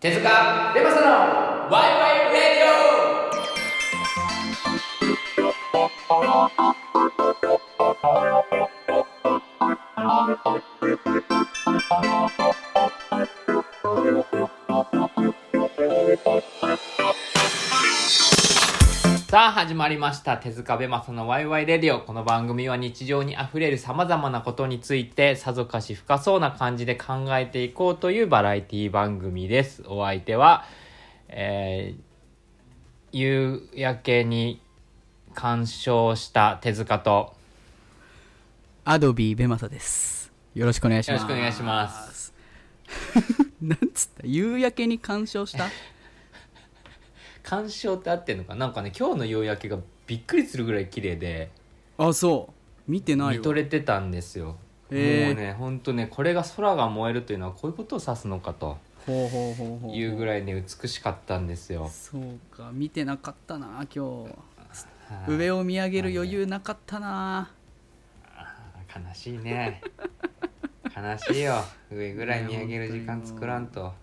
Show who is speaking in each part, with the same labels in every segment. Speaker 1: 手塚レマサのワイワイレディオさあ始まりました手塚ベマサのワイワイレディオこの番組は日常にあふれるさまざまなことについてさぞかし深そうな感じで考えていこうというバラエティ番組ですお相手は、えー夕焼けに鑑賞した手塚と
Speaker 2: アドビーベマサです。よろしくお願いします。。
Speaker 1: よろしくお願いします
Speaker 2: なんつった夕焼けに干渉した
Speaker 1: 鑑賞って合ってんのかなんかね今日の夕焼けがびっくりするぐらい綺麗で
Speaker 2: あ、そう。見てない
Speaker 1: 見
Speaker 2: よ。
Speaker 1: とれてたんですよもう
Speaker 2: へー
Speaker 1: ねほんとねこれが空が燃えるというのはこういうことを指すのかと
Speaker 2: ほうほうほうほう。
Speaker 1: いうぐ
Speaker 2: い。
Speaker 1: らいね美しかったんですよ
Speaker 2: そうか、見てなかったな、今
Speaker 1: はい
Speaker 2: 日。 上を見上げる余裕なかったな。
Speaker 1: 悲しいね悲しいよ上ぐらい見上げる時間作らんと、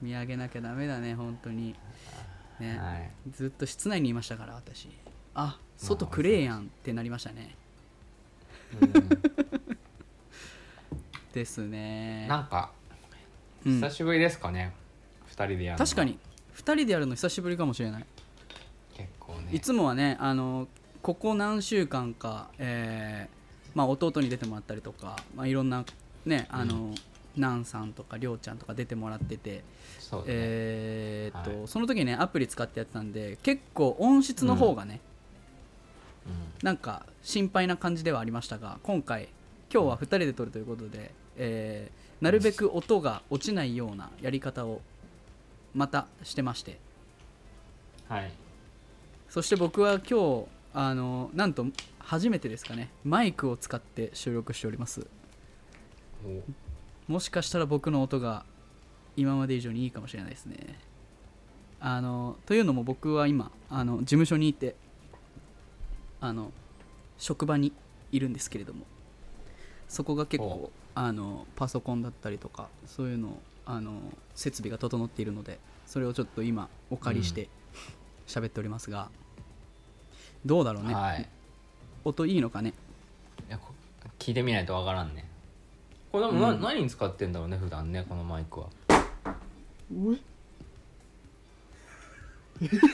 Speaker 2: 見上げなきゃダメだね、本当に。ね、
Speaker 1: はい、
Speaker 2: ずっと室内にいましたから、私。あ、外くれえやんってなりましたね。
Speaker 1: う
Speaker 2: です
Speaker 1: ん
Speaker 2: ね。
Speaker 1: なんか
Speaker 2: うん
Speaker 1: 久しぶりですかね、二人でやるの
Speaker 2: 確かに、二人でやるの久しぶりかもしれない。
Speaker 1: 結構
Speaker 2: い
Speaker 1: ね
Speaker 2: つもはねあのここ何週間か、えーまあ、弟に出てもらったりとか、まあ、いろんなねあの、ナンさんとかりょうちゃんとか出てもらってて、
Speaker 1: そうね、
Speaker 2: えーっと
Speaker 1: は
Speaker 2: その時ねアプリ使ってやってたんで結構音質の方がね、
Speaker 1: うん
Speaker 2: なんか心配な感じではありましたが今回今日は2人で撮るということで、えーなるべく音が落ちないようなやり方をまたしてまして
Speaker 1: はい
Speaker 2: そして僕は今日あのなんと初めてですかねマイクを使って収録しております
Speaker 1: お
Speaker 2: もしかしたら僕の音が今まで以上にいいかもしれないですねあのというのも僕は今あの事務所にいてあの職場にいるんですけれどもそこが結
Speaker 1: お
Speaker 2: 構あのパソコンだったりとかそういうのをあの設備が整っているのでそれをちょっと今お借りして喋っておりますが、どうだろうね、
Speaker 1: はい
Speaker 2: 音いいのかね
Speaker 1: いやこ聞いてみないとわからんねこれでもな、
Speaker 2: うん
Speaker 1: 何に使ってんだろうね普段ねこのマイクは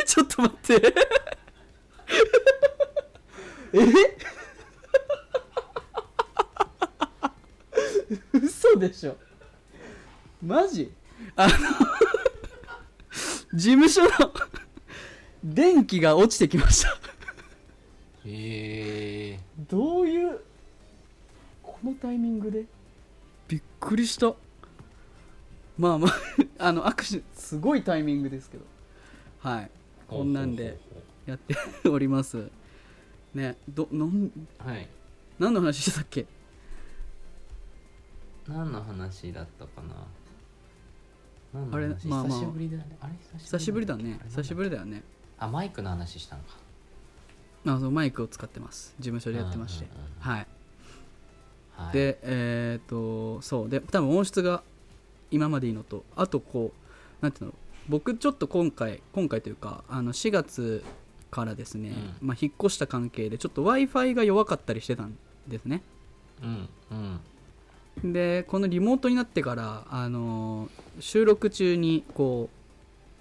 Speaker 2: ちょっと待ってえ嘘でしょマジあの 事務所の 電気が落ちてきました
Speaker 1: へえ
Speaker 2: どういうこのタイミングでびっくりしたまあまあ あの握手すごいタイミングですけどはいこんなんでやっておりますねどなん
Speaker 1: はい
Speaker 2: 何の話してたっけ
Speaker 1: 何の話だったかな何の
Speaker 2: あれ
Speaker 1: 話
Speaker 2: まあまあ
Speaker 1: 久しぶりだねあれ
Speaker 2: 久しぶりだね
Speaker 1: あれ
Speaker 2: 久しぶりだよね
Speaker 1: あマイクの話したのか
Speaker 2: あのマイクを使ってます事務所でやってまして
Speaker 1: うんうんうん
Speaker 2: はい
Speaker 1: はい
Speaker 2: でえっ、とそうで多分音質が今までいいのとあとこうなんていうの僕ちょっと今回今回というかあの4月からですね、まあ、引っ越した関係でちょっと w i f i が弱かったりしてたんですね
Speaker 1: うんうん
Speaker 2: でこのリモートになってから、あのー収録中にこ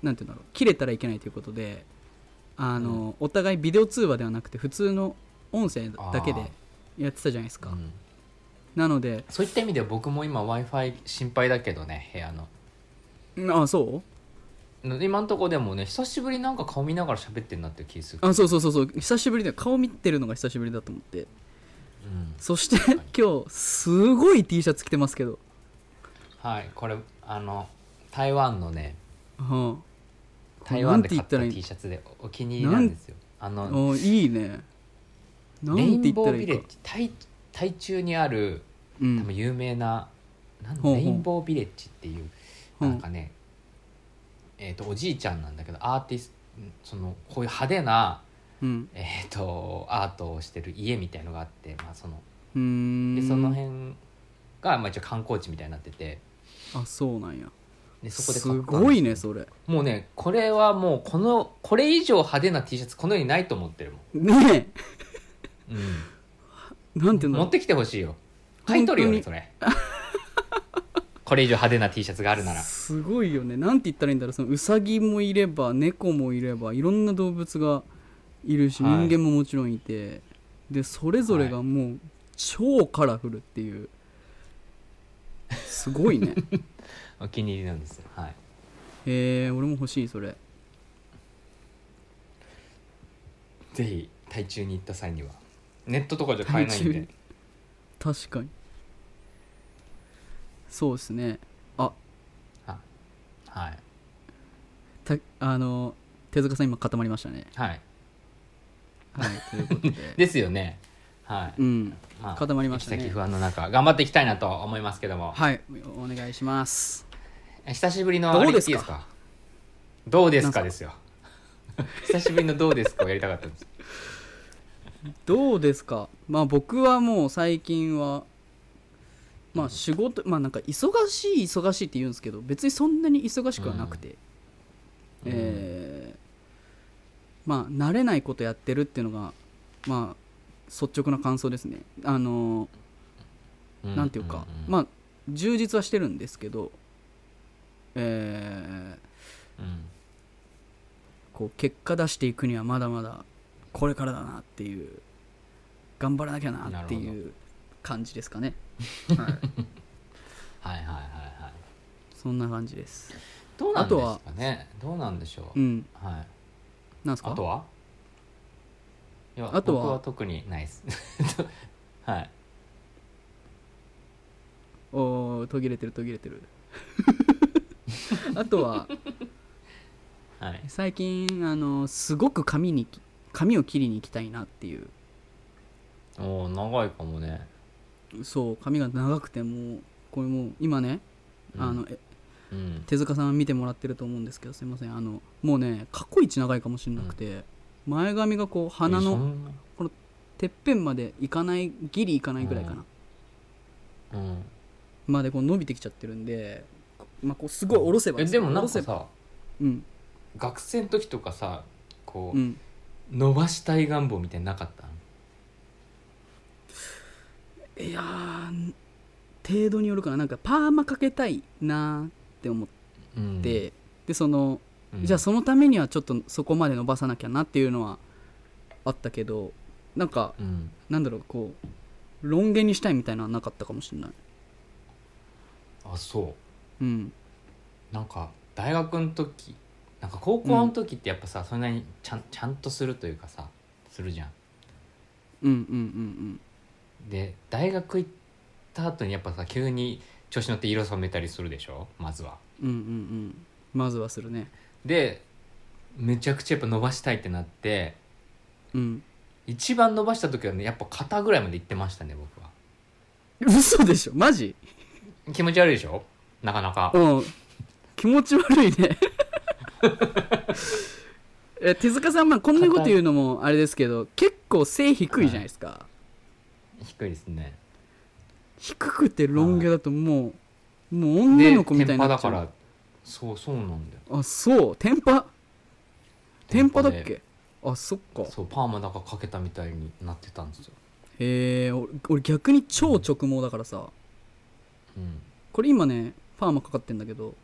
Speaker 2: うなんていうんだろう切れたらいけないということで、あのーお互いビデオ通話ではなくて普通の音声だけでやってたじゃないですか、
Speaker 1: うん
Speaker 2: なので
Speaker 1: そういった意味では僕も今 w i f i 心配だけどね部屋の
Speaker 2: あそ
Speaker 1: 今んとこでもね久しぶりなんか顔見ながら喋ってんなって気する
Speaker 2: うあそうそうそうそう久しぶりで顔見てるのが久しぶりだと思って
Speaker 1: うん
Speaker 2: そして今日すごい T シャツ着てますけど、
Speaker 1: はいこれあの台湾のね
Speaker 2: うん、
Speaker 1: 台湾で買っ
Speaker 2: なんて言った
Speaker 1: た
Speaker 2: らいい
Speaker 1: T シャツでお気に入りなんですよあの
Speaker 2: おいいねなん
Speaker 1: レイ
Speaker 2: て言
Speaker 1: ン
Speaker 2: っ
Speaker 1: ボ
Speaker 2: た
Speaker 1: ー
Speaker 2: ら
Speaker 1: ビ
Speaker 2: いい
Speaker 1: レッ
Speaker 2: か
Speaker 1: ジ台台中にある
Speaker 2: う
Speaker 1: 多分
Speaker 2: ん
Speaker 1: 有名な,、なん
Speaker 2: ほうほう
Speaker 1: レインボービレッジっていう
Speaker 2: うん
Speaker 1: なんかね、えー、とおじいちゃんなんだけどアーティストそのこういう派手な、
Speaker 2: うん
Speaker 1: えー、とアートをしてる家みたいのがあって、まあ、その
Speaker 2: うーん
Speaker 1: でその辺が、まあ、一応観光地みたいになってて
Speaker 2: あそうなんや
Speaker 1: でそこで買った
Speaker 2: す
Speaker 1: んです
Speaker 2: ごいねそれ
Speaker 1: もうねこれはもうこのこれ以上派手な T シャツこの世にないと思ってるもん、
Speaker 2: ねえ
Speaker 1: う
Speaker 2: なんていうん
Speaker 1: ん、持
Speaker 2: だろ
Speaker 1: っ
Speaker 2: う
Speaker 1: てきてほしいよ買い取るよね
Speaker 2: 本
Speaker 1: それ これ以上派手な T シャツがあるなら
Speaker 2: すごいよねなんて言ったらいいんだろうそのウサギもいれば猫もいればいろんな動物がいるし、
Speaker 1: はい
Speaker 2: 人間ももちろんいてでそれぞれがもう超カラフルっていうすご いね
Speaker 1: お気に入りなんですよはい
Speaker 2: へえ俺も欲しいそれ
Speaker 1: ぜひ台中に行った際にはネットとかじゃ買えないん
Speaker 2: 台
Speaker 1: で
Speaker 2: 中確かにそうですねあ
Speaker 1: はい
Speaker 2: たあの手塚さん今固まりましたね
Speaker 1: はい
Speaker 2: はいということ で
Speaker 1: ですよねはい、
Speaker 2: うん
Speaker 1: ま
Speaker 2: 固まりましたね
Speaker 1: 行き先不安の中頑張っていきたいなと思いますけども
Speaker 2: はいおお願いします
Speaker 1: 久しぶりの
Speaker 2: どう
Speaker 1: あれ
Speaker 2: ですか
Speaker 1: いいどうですか
Speaker 2: な
Speaker 1: ですよ 久しぶりのどうですかをやりたかったんです
Speaker 2: どうですかまあ僕はもう最近はまあ仕事まあなんか忙しい忙しいって言うんですけど別にそんなに忙しくはなくて、
Speaker 1: うん
Speaker 2: えーまあ慣れないことやってるっていうのがまあ率直な感想ですねあの なんていうか、ま
Speaker 1: あ、
Speaker 2: あ充実はしてるんですけどえー
Speaker 1: うん
Speaker 2: こう結果出していくにはまだまだこれからだなっていう頑張らなきゃなって
Speaker 1: なる
Speaker 2: いう感じです かね
Speaker 1: はいはいはいはい
Speaker 2: そんな感じです
Speaker 1: どうなんですかねどうなんでしょう、
Speaker 2: うん
Speaker 1: はい
Speaker 2: なんすか
Speaker 1: あとはいや
Speaker 2: あとは
Speaker 1: 僕は特にないです はい
Speaker 2: おー途切れてる途切れ てるあとは
Speaker 1: はい
Speaker 2: 最近あのすごく髪に髪を切りに行きたいなっていう
Speaker 1: おお長いかもね
Speaker 2: そう髪が長くてもうこれもう今ね、
Speaker 1: うん
Speaker 2: あのえ
Speaker 1: うん
Speaker 2: 手塚さん見てもらってると思うんですけどすいませんあのもうね過去一長いかもしれなくて、前髪がこう鼻
Speaker 1: えそ
Speaker 2: の
Speaker 1: んな
Speaker 2: てっぺんまでいかないギリいかないぐらいかな、
Speaker 1: うん
Speaker 2: までこう伸びてきちゃってるんで、こまあ、こうすごい下ろせば
Speaker 1: え
Speaker 2: す
Speaker 1: でもなんか
Speaker 2: 下ろせば
Speaker 1: さ
Speaker 2: うん
Speaker 1: 学生の時とかさこう、
Speaker 2: うん
Speaker 1: 伸ばしたい願望みたいなのなかった
Speaker 2: いやー程度によるかななんかパーマかけたいなーって思っ
Speaker 1: うん
Speaker 2: て、でその、
Speaker 1: うん
Speaker 2: じゃあそのためにはちょっとそこまで伸ばさなきゃなっていうのはあったけどなんか
Speaker 1: うん
Speaker 2: なんだろうこうロン毛にしたいみたいなのはなかったかもしれない
Speaker 1: あそう
Speaker 2: うん
Speaker 1: なんか大学の時なんか高校の時ってやっぱさ、それなりにちゃんちゃんとするというかさするじゃん
Speaker 2: うんうんうん
Speaker 1: で大学行った後にやっぱさ急に調子乗って色染めたりするでしょまずは
Speaker 2: うんうんうんうんまずはするね
Speaker 1: でめちゃくちゃやっぱ伸ばしたいってなって
Speaker 2: うん
Speaker 1: 一番伸ばした時はねやっぱ肩ぐらいまで行ってましたね僕は
Speaker 2: 嘘でしょマジ
Speaker 1: 気持ち悪いでしょなかなか
Speaker 2: うん気持ち悪いねえ手塚さん、まあ、こんなこと言うのもあれですけど結構背低いじゃないですか、
Speaker 1: 低いですね
Speaker 2: 低くてロン毛だともう、もう女の子みたい
Speaker 1: 天
Speaker 2: に
Speaker 1: パ
Speaker 2: な
Speaker 1: だ
Speaker 2: っち
Speaker 1: か
Speaker 2: ゃう
Speaker 1: らそうそうなんだよ
Speaker 2: あそうテンパテンパだっ
Speaker 1: で
Speaker 2: けあそっか
Speaker 1: そうパーマだかかけたみたいになってたんですよ、
Speaker 2: へえ俺俺逆に超直毛だからさ
Speaker 1: うん、
Speaker 2: これ今ねパーマかかってんだけど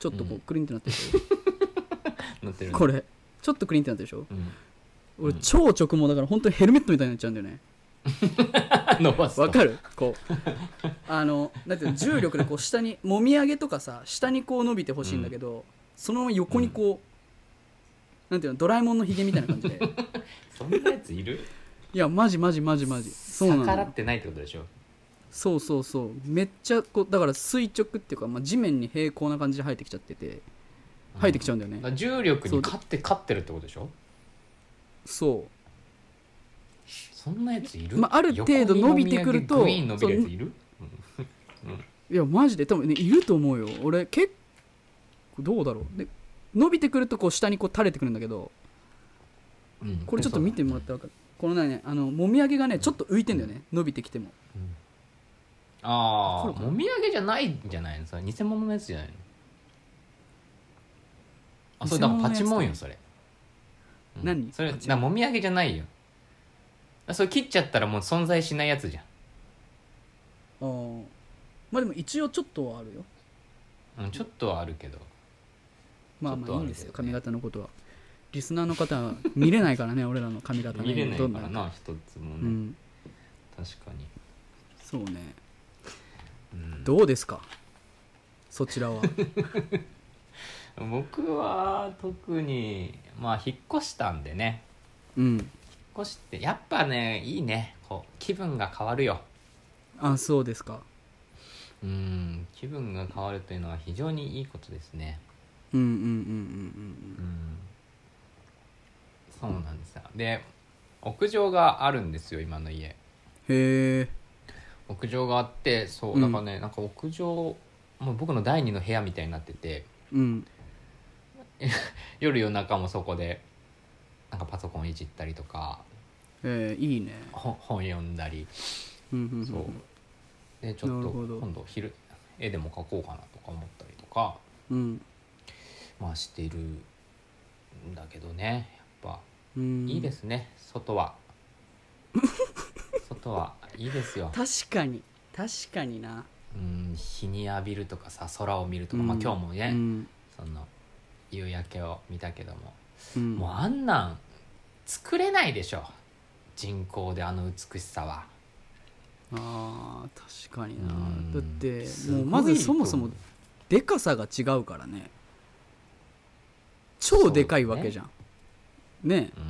Speaker 2: ちょっとこ
Speaker 1: う
Speaker 2: うんクリンってなってるでし
Speaker 1: なってる
Speaker 2: ょ、
Speaker 1: ね
Speaker 2: これちょっとクリンってなってるでしょ
Speaker 1: うん、
Speaker 2: 俺
Speaker 1: うん
Speaker 2: 超直毛だから本当にヘルメットみたいになっちゃうんだよね
Speaker 1: 伸ばすと
Speaker 2: わかるこう あのなんていうの重力でこう下にもみあげとかさ下にこう伸びてほしいんだけど、そのまま横にこう、なんていうのドラえもんのひげみたいな感 じで
Speaker 1: そんなやついる
Speaker 2: いやマジマジマジマジそうな
Speaker 1: 逆ら
Speaker 2: の
Speaker 1: ってないってことでしょ
Speaker 2: そうそうそうめっちゃこうだから垂直っていうか、まあ、地面に平行な感じで生えてきちゃってて生えてきちゃうんだよね、
Speaker 1: だから重力に勝って勝ってるってことでしょ
Speaker 2: そ
Speaker 1: そんなやついる、
Speaker 2: まあある程度伸びてくると
Speaker 1: 横に伸び上げグイーン伸びるやついる
Speaker 2: ういやマジで多分ねいると思うよ俺結構どうだろうで伸びてくるとこう下にこう垂れてくるんだけど
Speaker 1: うん
Speaker 2: これちょっと見てもらったら分かるこのねあのもみあげがねちょっと浮いてんだよね伸びてきても
Speaker 1: うんあ
Speaker 2: こ
Speaker 1: あ
Speaker 2: れ
Speaker 1: もみあげじゃないんじゃないのさ偽物のやつじゃないのあそれだから
Speaker 2: 偽物のや
Speaker 1: パ
Speaker 2: つ
Speaker 1: チモンよそれ、うん
Speaker 2: 何
Speaker 1: それ
Speaker 2: パチモン
Speaker 1: なもみあげじゃないよあそれ切っちゃったらもう存在しないやつじ
Speaker 2: あーまあでも一応ちょっとはあるよ
Speaker 1: ゃん、うん、ちょっとはあるけど
Speaker 2: まあ
Speaker 1: ちょっ
Speaker 2: まあ
Speaker 1: とはいあるけど
Speaker 2: いん
Speaker 1: ね
Speaker 2: ですよ髪型のことはリスナーの方は見れないからね 俺らの髪型ね
Speaker 1: 見れないか
Speaker 2: どんな
Speaker 1: らな一つもね、
Speaker 2: うん
Speaker 1: 確かに、
Speaker 2: そうね
Speaker 1: うん
Speaker 2: どうですかそち らは
Speaker 1: 僕は特にまあ引っ越したんでね
Speaker 2: うん
Speaker 1: 引っ越してやっぱねいいねこう気分が変わるよ
Speaker 2: あそうですか
Speaker 1: うん気分が変わるというのは非常にいいことですね
Speaker 2: うんうんうん
Speaker 1: うんそうなんですよで屋上があるんですよ今の家
Speaker 2: うんうんへえ
Speaker 1: 屋上があってそううんだからね、なんか屋上もう僕の第二の部屋みたいになってて
Speaker 2: うん
Speaker 1: 夜夜中もそこでなんかパソコンいじったりとか
Speaker 2: えー、いいね
Speaker 1: 本本読んだり
Speaker 2: うんうんんん
Speaker 1: そうでちょっ
Speaker 2: な
Speaker 1: と
Speaker 2: るほど
Speaker 1: 今度昼絵でも描こうかなとか思ったりとか
Speaker 2: うん
Speaker 1: まあしてるんだけどねやっぱ
Speaker 2: うん
Speaker 1: いいですね、外は外はいいですよ、
Speaker 2: 確かに確かにな
Speaker 1: うん、日に浴びるとかさ空を見るとか、まあ
Speaker 2: うん
Speaker 1: 今日もね、
Speaker 2: うん
Speaker 1: その夕焼けを見たけども、
Speaker 2: うん
Speaker 1: もうあんなん作れないでしょ人工であの美しさは、
Speaker 2: あー確かにな
Speaker 1: うん
Speaker 2: だって
Speaker 1: すごい
Speaker 2: も
Speaker 1: う
Speaker 2: まずそもそも
Speaker 1: と思
Speaker 2: でかさが違うからね超でかいわけじゃんね
Speaker 1: う、うん、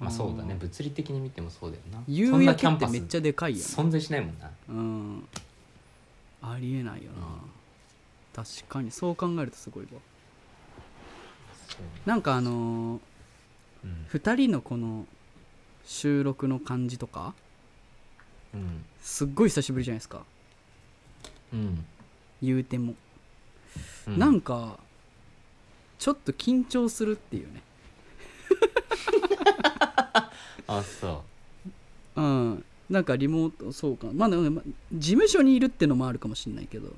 Speaker 1: まあそうだね
Speaker 2: うん
Speaker 1: 物理的に見てもそうだよなそ
Speaker 2: 夕
Speaker 1: んな
Speaker 2: 焼
Speaker 1: キ
Speaker 2: け
Speaker 1: ャ
Speaker 2: っ
Speaker 1: ン
Speaker 2: て
Speaker 1: パス
Speaker 2: めっちゃでかいよ、ね、
Speaker 1: 存在しないもんな
Speaker 2: うんありえないよな、確かにそう考えるとすごいわ
Speaker 1: そう
Speaker 2: なんかあのー、
Speaker 1: うん
Speaker 2: 2人のこの収録の感じとか
Speaker 1: うん
Speaker 2: すっごい久しぶりじゃないですか
Speaker 1: うん
Speaker 2: 言うても、
Speaker 1: うん
Speaker 2: なんかちょっと緊張するっていうね
Speaker 1: あそ
Speaker 2: うんなんかリモートそうかまあでもまあ事務所にいるってのもあるかもしれないけど
Speaker 1: う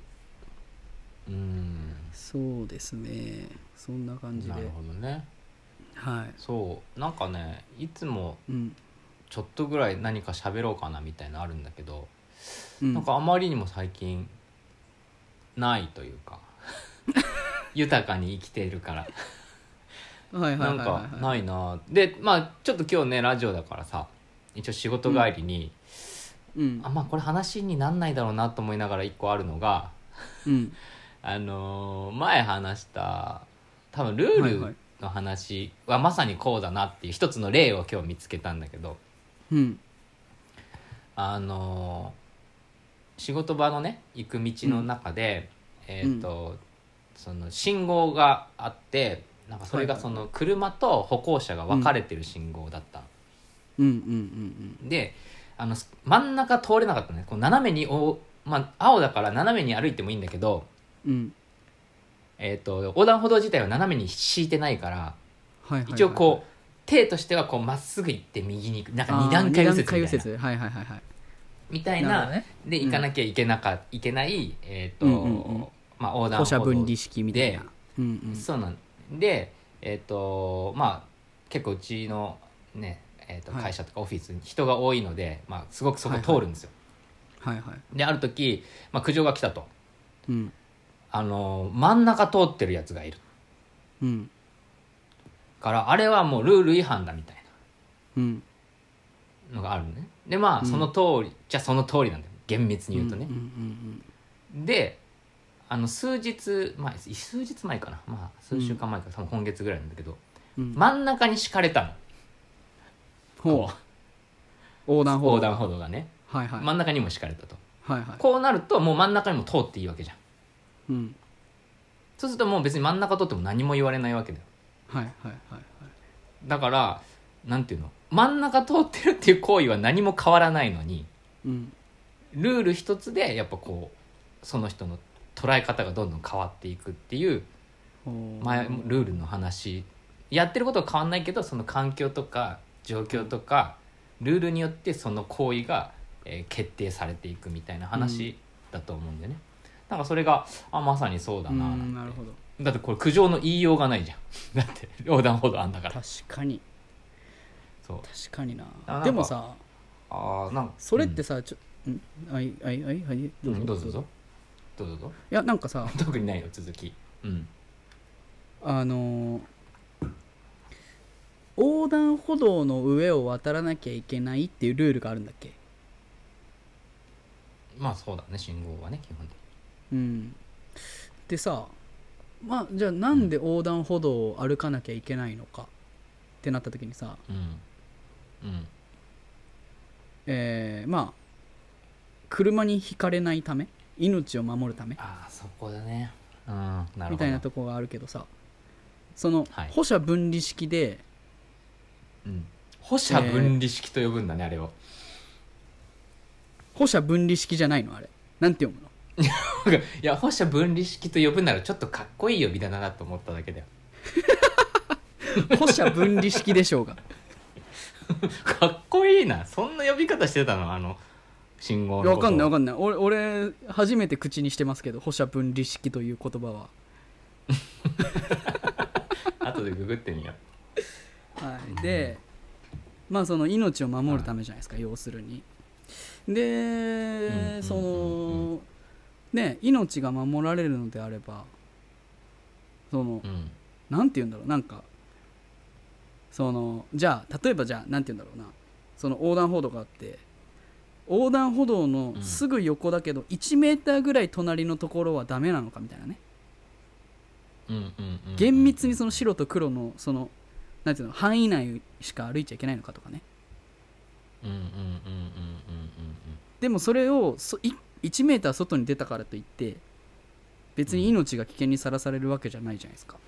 Speaker 1: うん
Speaker 2: そうですねそんな感じで
Speaker 1: なるほどね
Speaker 2: は
Speaker 1: そうなんかねいつも
Speaker 2: いうん、
Speaker 1: ちょっとぐらい何か喋ろうかなみたいなのあるんだけど、
Speaker 2: うん、
Speaker 1: なんかあまりにも最近ないという か豊かに生きているから
Speaker 2: はい
Speaker 1: な
Speaker 2: は
Speaker 1: いん
Speaker 2: はいは
Speaker 1: か
Speaker 2: いはい
Speaker 1: ないなでまあちょっと今日ねラジオだからさ一応仕事帰りに、
Speaker 2: うん
Speaker 1: あまあこれ話になんないだろうなと思いながら一個あるのが
Speaker 2: うん
Speaker 1: あのー前話した多分ル
Speaker 2: はい
Speaker 1: ー
Speaker 2: はい
Speaker 1: ルの話はまさにこうだなっていう一つの例を今日見つけたんだけど
Speaker 2: うん
Speaker 1: あのー仕事場のね行く道の中で、えっ、と、その信号があってなんかそれがその車と歩行者が分かれてる信号だったの、
Speaker 2: うんうんうん
Speaker 1: であのす真ん中通れなかったのねこう斜めにお、まあ、青だから斜めに歩いてもいいんだけど、
Speaker 2: うんうん
Speaker 1: えっと横断歩道自体は斜めに敷いてないから
Speaker 2: はいはいはい
Speaker 1: 一応こう手としてはこうまっすぐ行って右に行くなんか
Speaker 2: あー
Speaker 1: 2段階右折
Speaker 2: 二
Speaker 1: みたいな
Speaker 2: 右折はいはいはいはい
Speaker 1: みたい
Speaker 2: なる
Speaker 1: な
Speaker 2: ほどね
Speaker 1: で行かなきゃいけなか、いけない、えーと
Speaker 2: うんうんうん
Speaker 1: まあ、横断
Speaker 2: 歩
Speaker 1: 歩道
Speaker 2: 車分離式みたいなうんうん
Speaker 1: そうなんで、えーとまあ、結構うちの、ねえーと
Speaker 2: はい
Speaker 1: 会社とかオフィスに人が多いので、まあ、すごくそこ
Speaker 2: はいはい
Speaker 1: 通るんですよ。
Speaker 2: はいはい
Speaker 1: である時、まあ、苦情が来たと、
Speaker 2: うん
Speaker 1: あのー真ん中通ってるやつがいる
Speaker 2: うん
Speaker 1: からあれはもうルール違反だみたい
Speaker 2: うん
Speaker 1: なのがあるのね。でまあその通り、じゃその通りなんだよ厳密に言うとね。
Speaker 2: うんうん
Speaker 1: であの数日前数日前かな、まあ、数週間前か、多分今月ぐらいなんだけど
Speaker 2: うんうん
Speaker 1: 真ん中に敷かれたの
Speaker 2: ほ
Speaker 1: こ
Speaker 2: う横断
Speaker 1: う
Speaker 2: 歩道
Speaker 1: 横断歩道がね、
Speaker 2: はいはい
Speaker 1: 真ん中にも敷かれたと
Speaker 2: はいはい
Speaker 1: こうなるともう真ん中にも通っていいわけじゃん
Speaker 2: うん
Speaker 1: そうするともう別に真ん中通っても何も言われないわけだよ
Speaker 2: はいはいはいはい
Speaker 1: だからなんていうの真ん中通ってるっていう行為は何も変わらないのに
Speaker 2: うん
Speaker 1: ルール一つでやっぱこうその人の捉え方がどんどん変わっていくっていう
Speaker 2: ほう
Speaker 1: 前ルールの話やってることは変わんないけどその環境とか状況とかルールによってその行為が、えー決定されていくみたいな話だと思うんでね、なんかそれがあまさにそうだな
Speaker 2: うんな
Speaker 1: なん
Speaker 2: る
Speaker 1: て
Speaker 2: ほど
Speaker 1: だってこれ苦情の言いようがないじゃん だって横断歩道あんだから
Speaker 2: 確かに
Speaker 1: そう
Speaker 2: 確かにな
Speaker 1: あなんか
Speaker 2: でもさ
Speaker 1: ああなんか
Speaker 2: それってさ、ちょんあいあいあいはい
Speaker 1: うん
Speaker 2: どう
Speaker 1: う
Speaker 2: ぞ
Speaker 1: んどうぞどうぞどうぞどうぞ
Speaker 2: いやなんかさ
Speaker 1: 特にないよ続きうん
Speaker 2: あのー横断歩道の上を渡らなきゃいけないっていうルールがあるんだっけ
Speaker 1: まあそうだね信号はね基本的
Speaker 2: うんでさまあじゃあなんで横断歩道を歩かなきゃいけないのかってなった時にさ
Speaker 1: にうんうん
Speaker 2: えーまあ車にひかれないため命を守るため
Speaker 1: ああそこだねうんなるほど
Speaker 2: みたいなとこがあるけどさその
Speaker 1: はい
Speaker 2: 歩車分離式で
Speaker 1: うん歩車分離式と呼ぶんだねあれを
Speaker 2: 歩車分離式じゃないのあれなんて読むの
Speaker 1: いや歩車分離式と呼ぶならちょっとかっこいい呼びだなと思っただけだよ
Speaker 2: 歩車分離式でしょ うが
Speaker 1: かっこいいなそんな呼び方してたのあの信号の
Speaker 2: わかんないわ
Speaker 1: か
Speaker 2: かんない俺俺初めて口にしてますけど歩車分離式という言葉は
Speaker 1: んない後でググってみよう
Speaker 2: はい、で、まあ、その命を守るためじゃないですか、要するに。
Speaker 1: うんうん
Speaker 2: で、そ
Speaker 1: うん
Speaker 2: の、ね、命が守られるのであれば、その
Speaker 1: う、ん
Speaker 2: なんて言うんだろう、なんか、その、じゃあ、例えばじゃあ、なんて言うんだろうな、その横断歩道があって、横断歩道のすぐ横だけど、1メーターぐらい隣のところはダメなのかみたいなね。
Speaker 1: うんうんうんうん
Speaker 2: 厳密にその白と黒の、その、なんていうの、範囲内しか歩いちゃいけないのかとかね。
Speaker 1: うんうんうんうんうん
Speaker 2: でもそれをそい1メーター外に出たからといって別に命が危険にさらされるわけじゃないじゃないですか、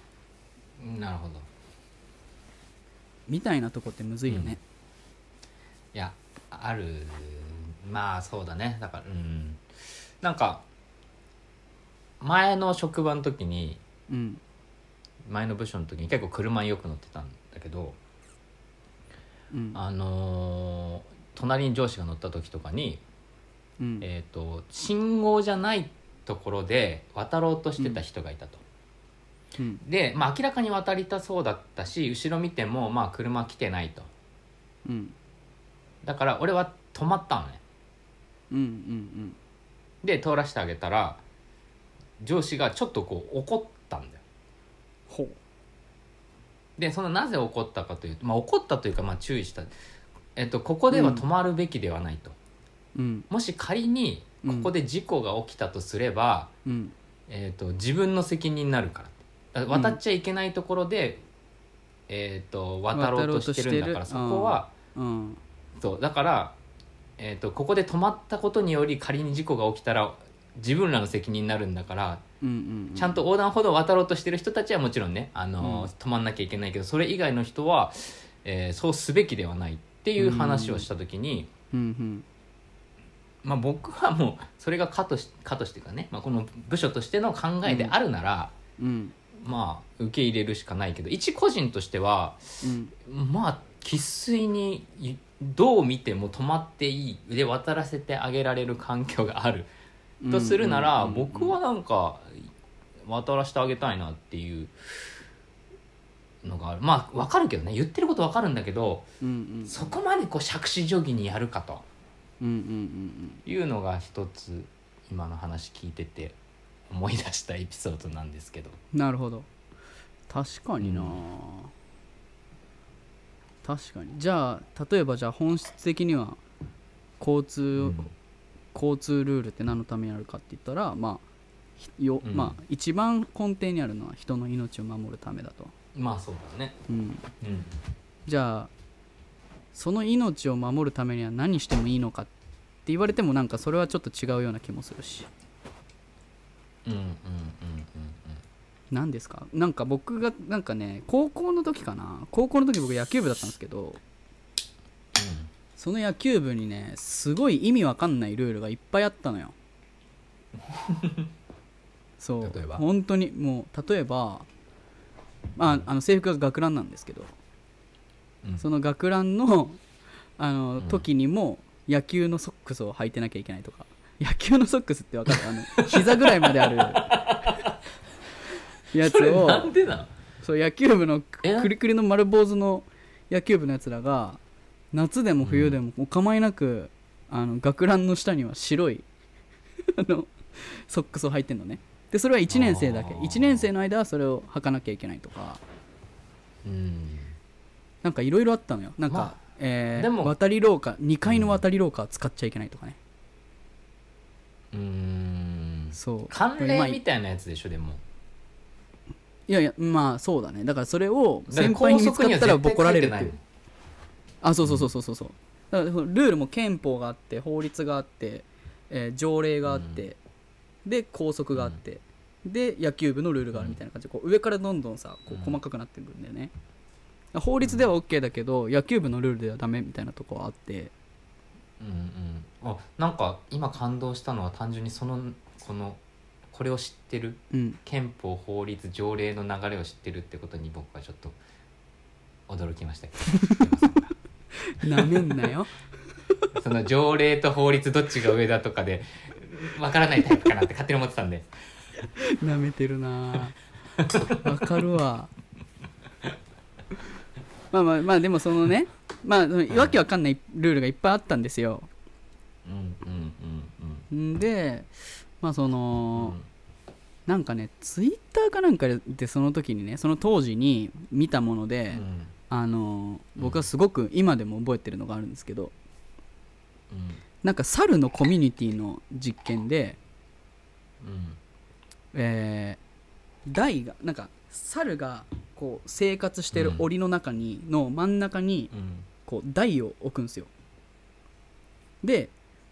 Speaker 1: うんうんなるほど
Speaker 2: みたいなとこってむずいよね、
Speaker 1: いやあるまあそうだねだからうんなんか前の職場の時に
Speaker 2: うん
Speaker 1: 前の部署の時に結構車によく乗ってたんだけど
Speaker 2: うん
Speaker 1: あのー隣に上司が乗った時とかに、
Speaker 2: うん
Speaker 1: えー、と信号じゃないところで渡ろうとしてた人がいたと、
Speaker 2: うん
Speaker 1: で、まあ、明らかに渡りたそうだったし後ろ見てもまあ車来てないと
Speaker 2: うん
Speaker 1: だから俺は止まったのね
Speaker 2: うんうん
Speaker 1: で通らせてあげたら上司がちょっとこう怒ったんだよ
Speaker 2: ほう
Speaker 1: でそのなぜ怒ったかというと、まあ、怒ったというかまあ注意した、えっと、ここでは止まるべきではないと、
Speaker 2: うん
Speaker 1: もし仮にここで事故が起きたとすれば、
Speaker 2: うん
Speaker 1: えー、と自分の責任になるからだから渡っちゃいけないところで、えー、と渡ろうとしてるんだからそ
Speaker 2: 渡ろうとしてる
Speaker 1: こは、
Speaker 2: うん
Speaker 1: そうだから、えー、とここで止まったことにより仮に事故が起きたら自分らの責任になるんだから
Speaker 2: うんうん
Speaker 1: ちゃんと横断歩道を渡ろうとしてる人たちはもちろんね、あの
Speaker 2: うん
Speaker 1: 止まんなきゃいけないけどそれ以外の人は、えーそうすべきではないっていう話をした時に、
Speaker 2: うん
Speaker 1: まあ、僕はもうそれが課とし課としてかね、まあ、この部署としての考えであるなら、
Speaker 2: うんうん
Speaker 1: まあ受け入れるしかないけど一個人としては
Speaker 2: うん
Speaker 1: まあ生粋にいどう見ても止まっていいで渡らせてあげられる環境がある
Speaker 2: うん
Speaker 1: とするなら、
Speaker 2: うんうんうん
Speaker 1: 僕はなんか渡らせてあげたいなっていうのがあるまあわかるけどね言ってることわかるんだけど
Speaker 2: うんうん
Speaker 1: そこまでこう杓子定規にやるかと
Speaker 2: うんうんうん
Speaker 1: いうのが一つ今の話聞いてて思い出したエピソードなんですけど。
Speaker 2: うんなるほど確かにな、
Speaker 1: うん
Speaker 2: 確かにじゃあ例えばじゃあ本質的には交通、
Speaker 1: うん
Speaker 2: 交通ルールって何のためにあるかって言ったら、まあひよ
Speaker 1: うん
Speaker 2: まあ、一番根底にあるのは人の命を守るためだと、
Speaker 1: まあそうだね。
Speaker 2: うん、
Speaker 1: うん
Speaker 2: じゃあその命を守るためには何してもいいのかって言われてもなんかそれはちょっと違うような気もするし
Speaker 1: うんうんうん
Speaker 2: 何ですかなんか僕がなんかね高校の時かな高校の時僕野球部だったんですけどその野球部にねすごい意味わかんないルールがいっぱいあっ たのよそう
Speaker 1: 例えば
Speaker 2: 本当にもう例えば、まあ、あの制服が学ランなんですけど
Speaker 1: うんうん
Speaker 2: その学ランのあ
Speaker 1: う
Speaker 2: の
Speaker 1: ん
Speaker 2: 時にも野球のソックスを履いてなきゃいけないとか野球のソックスってわかるあの膝ぐらいまであるやつ
Speaker 1: それ
Speaker 2: を
Speaker 1: なんでなん
Speaker 2: そう野球部のく
Speaker 1: え
Speaker 2: くりくりの丸坊主の野球部のやつらが夏でも冬でもお構いなく、あの学ランの下には白い あのソックスを履いてんのねでそれは1年生だけ
Speaker 1: あー
Speaker 2: 1年生の間はそれを履かなきゃいけないとか
Speaker 1: うん
Speaker 2: なんかいろいろあったのよなんか、
Speaker 1: まあ
Speaker 2: えー
Speaker 1: でも
Speaker 2: 渡り廊下2階の渡り廊下は使っちゃいけないとかね、
Speaker 1: うーん
Speaker 2: そう
Speaker 1: 慣
Speaker 2: まあ
Speaker 1: 例
Speaker 2: い
Speaker 1: みたいなやつでしょでも
Speaker 2: いやいやまあそうだねだからそれを
Speaker 1: だから
Speaker 2: 先輩に見つかったら
Speaker 1: 校則
Speaker 2: ボコられるっ
Speaker 1: には
Speaker 2: ていう
Speaker 1: 絶
Speaker 2: あそうそうそうそうそうそうだからルールも憲法があって法律があって、えー条例があって、で校則があって、で野球部のルールがあるみたいな感じでこう上からどんどんさこ
Speaker 1: うん
Speaker 2: う細かくなってくるんだよね法律では OK だけど野球部のルールではダメみたいなとこはあって
Speaker 1: うんうんあなんか今感動したのは単純にそのこのこれを知ってる
Speaker 2: うん
Speaker 1: 憲法法律条例の流れを知ってるってことに僕はちょっと驚きました け
Speaker 2: なめんな よ
Speaker 1: どその条例と法律どっちが上だとかでわからないタイプかなって勝手に思ってたんで
Speaker 2: なめてるなぁわかるわまあまあまあでもそのねまあそのわけわかんないルールがいっぱいあったんですよ
Speaker 1: うんうんうん
Speaker 2: んでまあそ
Speaker 1: うん
Speaker 2: の、
Speaker 1: うん
Speaker 2: なんかねツイッターかなんかでその時にねその当時に見たもので、
Speaker 1: うん
Speaker 2: あの
Speaker 1: うん
Speaker 2: 僕はすごく今でも覚えてるのがあるんですけど
Speaker 1: うん
Speaker 2: なんか猿のコミュニティの実験で、
Speaker 1: うん
Speaker 2: えー台がなんか猿がこう生活してる檻の中に、の真ん中に
Speaker 1: うん
Speaker 2: こう台を置くんですよで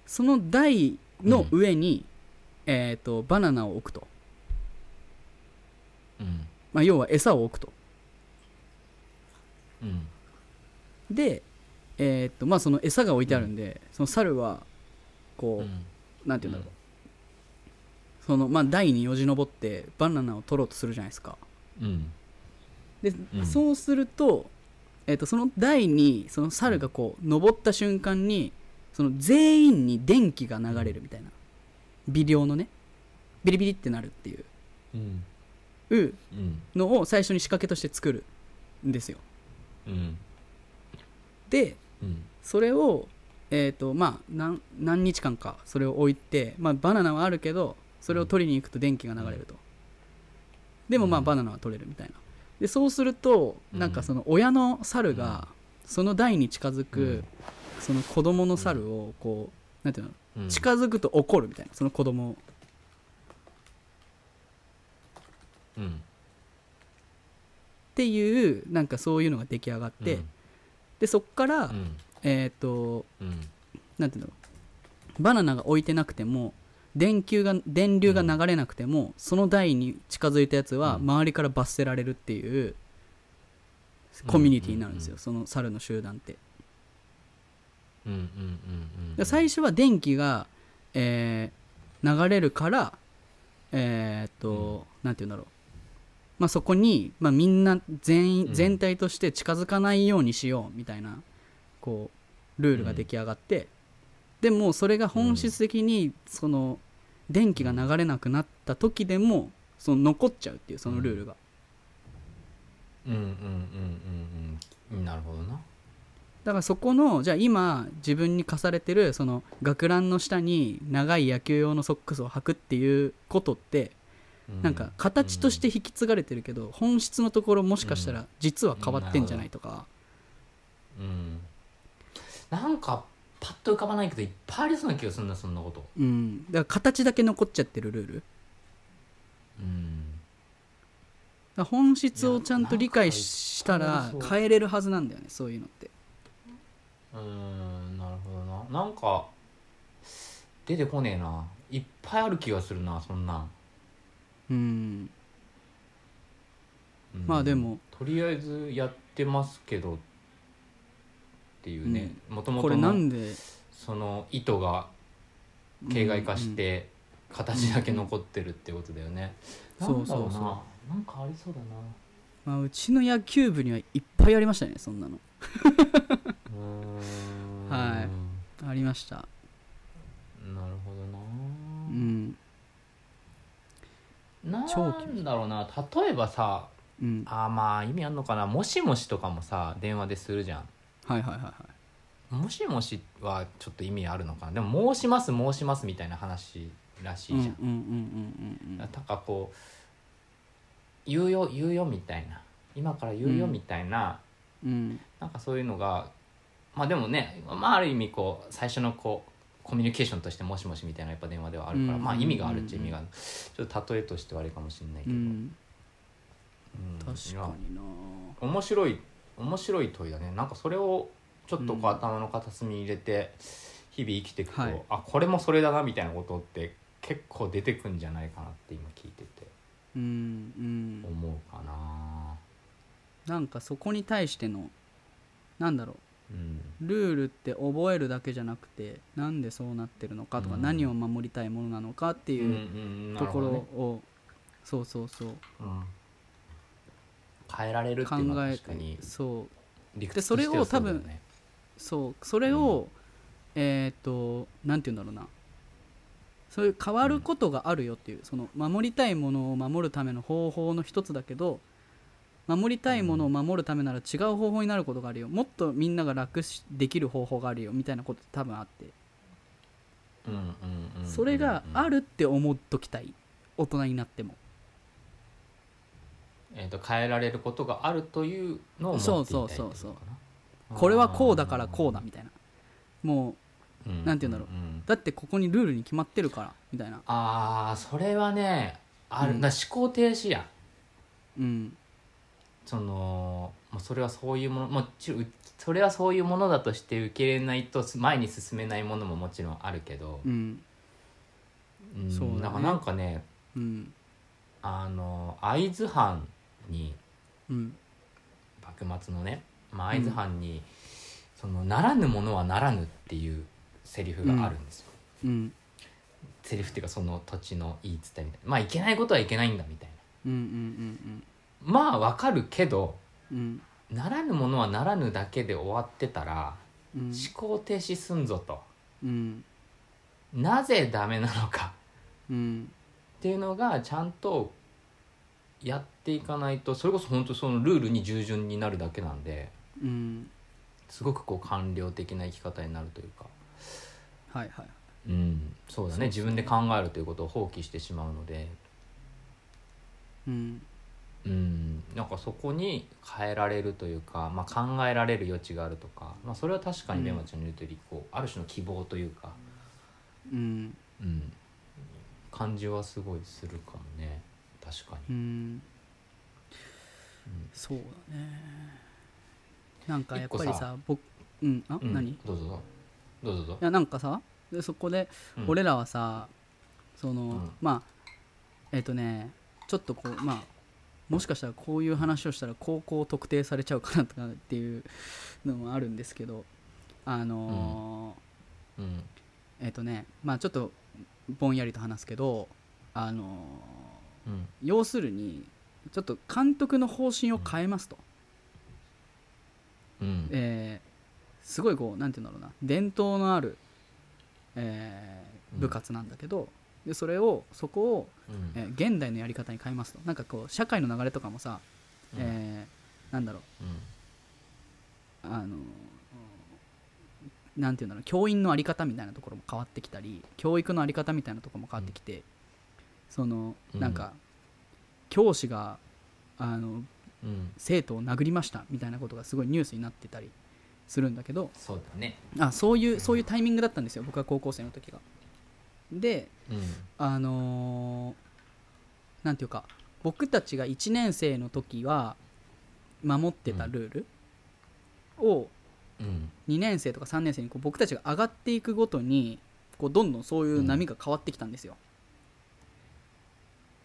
Speaker 2: その台の上に、えー、とバナナを置くと、
Speaker 1: うん
Speaker 2: まあ、要は餌を置くと
Speaker 1: うん
Speaker 2: で、えーっとまあ、その餌が置いてあるんで、その猿はこう、
Speaker 1: うん
Speaker 2: なんて言うんだろう、そのまあ、台によじ登ってバナナを取ろうとするじゃないですか
Speaker 1: うん
Speaker 2: で、
Speaker 1: ん
Speaker 2: そうすると,、えーっとその台にその猿がこう登った瞬間にその全員に電気が流れるみたいな微量のねビリビリってなるってい
Speaker 1: うん
Speaker 2: う
Speaker 1: うん
Speaker 2: のを最初に仕掛けとして作るんですよ
Speaker 1: うん
Speaker 2: で
Speaker 1: うん
Speaker 2: それを、えーとまあ、何何日間かそれを置いて、まあ、バナナはあるけどそれを取りに行くと電気が流れると、でもまあ
Speaker 1: うん
Speaker 2: バナナは取れるみたいなでそうすると
Speaker 1: うん
Speaker 2: なんかその親の猿がその台に近づく、
Speaker 1: うん
Speaker 2: その子供の猿をこうなんていうの
Speaker 1: うん
Speaker 2: 近づくと怒るみたいなその子供を
Speaker 1: うん
Speaker 2: っていうなんかそういうのが出来上がって、
Speaker 1: うん
Speaker 2: でそっから、
Speaker 1: うん
Speaker 2: えっ、と
Speaker 1: うん
Speaker 2: なんていうんだろうバナナが置いてなくても電球が電流が流れなくても、その台に近づいたやつは
Speaker 1: うん
Speaker 2: 周りから罰せられるっていう
Speaker 1: うん
Speaker 2: コミュニティになるんですよ、
Speaker 1: うん
Speaker 2: その猿の集団ってだか
Speaker 1: うんうんうんうん
Speaker 2: ら最初は電気が、えー流れるからえーっと、なんて言うんだろうまあそこに、まあ、みんな全員、
Speaker 1: うん
Speaker 2: 全体として近づかないようにしようみたいなこうルールが出来上がって、でもそれが本質的にその電気が流れなくなった時でもその残っちゃうっていうそのルールが
Speaker 1: うんうんうんうんうんなるほどな
Speaker 2: だからそこのじゃあ今自分に課されてるその学ランの下に長い野球用のソックスを履くっていうことって
Speaker 1: う
Speaker 2: なんか形として引き継がれてるけど本質のところもしかしたら実は変わってんじゃないとか
Speaker 1: うんなんかパッと浮かばないけどいっぱいありそうな気がするなそんなこと
Speaker 2: うんだから形だけ残っちゃってるルールだか
Speaker 1: うん
Speaker 2: ら本質をちゃんと理解した
Speaker 1: いや
Speaker 2: ら
Speaker 1: なんか
Speaker 2: 変えれるはずなんだよねそういうのって
Speaker 1: うんなるほどななんか出てこねえないっぱいある気がするなそんなん、
Speaker 2: うん
Speaker 1: うん
Speaker 2: まあでも
Speaker 1: とりあえずやってますけどっていうねもとも
Speaker 2: ことれな
Speaker 1: の
Speaker 2: んで
Speaker 1: その意図が形骸化して形だけ残ってるってことだよね、
Speaker 2: うん
Speaker 1: なんだろ
Speaker 2: そうそうそ
Speaker 1: ななんかありそうだな
Speaker 2: まあ、うちの野球部にはいっぱいありましたねそんなの
Speaker 1: うーん
Speaker 2: はいありました
Speaker 1: なるほどな
Speaker 2: うん
Speaker 1: な
Speaker 2: 超厳
Speaker 1: んだろうな例えばさ
Speaker 2: うん
Speaker 1: あーまあ意味あんのかなもしもしとかもさ電話でするじゃん
Speaker 2: はいはいはいはい
Speaker 1: もしもしはちょっと意味あるのかなでも申します申しますみたいな話らしいじゃん、
Speaker 2: うんうんうんうんうん
Speaker 1: なんかこう言うよ言うよみたいな今から言うよ
Speaker 2: うん
Speaker 1: みたいな、
Speaker 2: うん
Speaker 1: なんかそういうのがまあでもね、まあ、ある意味こう最初のこうコミュニケーションとしてもしもしみたいなやっぱ電話ではあるから、
Speaker 2: うん
Speaker 1: まあ意味があるっちゃ意味がある、ちょっと例えとしてはあれかもしれないけ
Speaker 2: う
Speaker 1: ど、う
Speaker 2: ん
Speaker 1: ん
Speaker 2: 確
Speaker 1: いや
Speaker 2: かにな
Speaker 1: 面白い面白い問いだねなんかそれをちょっとこう、
Speaker 2: うん
Speaker 1: 頭の片隅に入れて日々生きていくと、
Speaker 2: はい
Speaker 1: あこれもそれだなみたいなことって結構出てくんじゃないかなって今聞いてて
Speaker 2: うんうん
Speaker 1: 思うかな
Speaker 2: なんかそこに対してのなんだろう
Speaker 1: うん
Speaker 2: ルールって覚えるだけじゃなくてなんでそうなってるのかとか、
Speaker 1: うん
Speaker 2: 何を守りたいものなのかって
Speaker 1: うん
Speaker 2: いう
Speaker 1: うんな
Speaker 2: と
Speaker 1: る
Speaker 2: こ
Speaker 1: ほ
Speaker 2: ろ
Speaker 1: どね
Speaker 2: を、そうそうそう
Speaker 1: うん変えられるって
Speaker 2: 考
Speaker 1: いうのは
Speaker 2: え
Speaker 1: 確かに
Speaker 2: そう
Speaker 1: 理屈
Speaker 2: でそれを
Speaker 1: としてはそうだよね
Speaker 2: そうそれを、えっ、となんて言うんだろうなそういう変わることがあるよっていう、その守りたいものを守るための方法の一つだけど守りたいものを守るためなら違う方法になることがあるよもっとみんなが楽しできる方法があるよみたいなことって多分あって
Speaker 1: うんうんうんうん
Speaker 2: それがあるって思っときたい大人になっても
Speaker 1: えーと変えられることがあるというのを持っていたいってことかな
Speaker 2: そうそうそうそうこれはこうだからこうだみたいなも
Speaker 1: うん
Speaker 2: なんて言うんだろ
Speaker 1: う、ん
Speaker 2: うだってここにルールに決まってるからみたいな
Speaker 1: ああそれはねある、
Speaker 2: うん
Speaker 1: だ思考停止やん
Speaker 2: うん
Speaker 1: そのもうそれはそういうものもちろんそれはそういうものだとして受け入れないとす前に進めないものももちろんあるけど、
Speaker 2: うん
Speaker 1: うん
Speaker 2: そうだね
Speaker 1: なんかなんかね
Speaker 2: うん
Speaker 1: あの会津藩に
Speaker 2: うん
Speaker 1: 幕末のね、まあ、会津藩に、その「ならぬものはならぬ」っていうセリフがあるんですよ、
Speaker 2: うん
Speaker 1: セリフっていうかその土地の言い伝えみたいなまあいけないことはいけないんだみたいな
Speaker 2: うんうん
Speaker 1: まあわかるけど
Speaker 2: うんうん
Speaker 1: ならぬものはならぬだけで終わってたら
Speaker 2: うん
Speaker 1: 思考停止すんぞと
Speaker 2: うん
Speaker 1: なぜダメなのか
Speaker 2: うん
Speaker 1: っていうのがちゃんとやっていかないとそれこそ本当そのルールに従順になるだけなんで
Speaker 2: うん
Speaker 1: すごくこう官僚的な生き方になるというか、
Speaker 2: はいはい
Speaker 1: うん、そうだね
Speaker 2: そうです
Speaker 1: 自
Speaker 2: ね
Speaker 1: 分で考えるということを放棄してしまうので、
Speaker 2: うん
Speaker 1: うん、なんかそこに変えられるというか、まあ、考えられる余地があるとか、まあ、それは確かにベンマちゃんの言うとおりこうある種の希望というか。
Speaker 2: うん
Speaker 1: うん、感じはすごいするかもね確か
Speaker 2: う
Speaker 1: に、
Speaker 2: ん
Speaker 1: うん
Speaker 2: そうだねなんかやっぱ
Speaker 1: 一
Speaker 2: り
Speaker 1: 個
Speaker 2: さ僕うんあ、
Speaker 1: うん
Speaker 2: 何い
Speaker 1: どうぞどうぞどうぞどうぞ
Speaker 2: やなんかさでそこで
Speaker 1: うん
Speaker 2: 俺らはさその、
Speaker 1: ん
Speaker 2: まあえっ、とねちょっとこうまあもしかしたらこういう話をしたら高校を特定されちゃうかなとかっていうのもあるんですけどあの
Speaker 1: うん
Speaker 2: ーえっ、とねまあちょっとぼんやりと話すけどあの
Speaker 1: う
Speaker 2: ー
Speaker 1: ん
Speaker 2: 要するにちょっと監督の方針を変えますと、
Speaker 1: うん
Speaker 2: えーすごいこうなんて言うんだろうな伝統のある、えー部活なんだけど、でそれをそこを
Speaker 1: うん
Speaker 2: えー現代のやり方に変えますとなんかこう社会の流れとかもさ、
Speaker 1: うん
Speaker 2: えーなんだろうあのーなんていうんだろう教員のあり方みたいなところも変わってきたり教育のあり方みたいなところも変わってきて、その
Speaker 1: うん
Speaker 2: なんか、教師があの
Speaker 1: うんうん
Speaker 2: 生徒を殴りましたみたいなことがすごいニュースになってたりするんだけど
Speaker 1: そうだね
Speaker 2: あそういうそういうタイミングだったんですよ僕は高校生の時が。で
Speaker 1: うん
Speaker 2: あのーなんていうか僕たちが1年生の時は守ってたルールを
Speaker 1: うん
Speaker 2: 2年生とか3年生にこう僕たちが上がっていくごとにこうどんどんそういう波が変わってきたんですよ、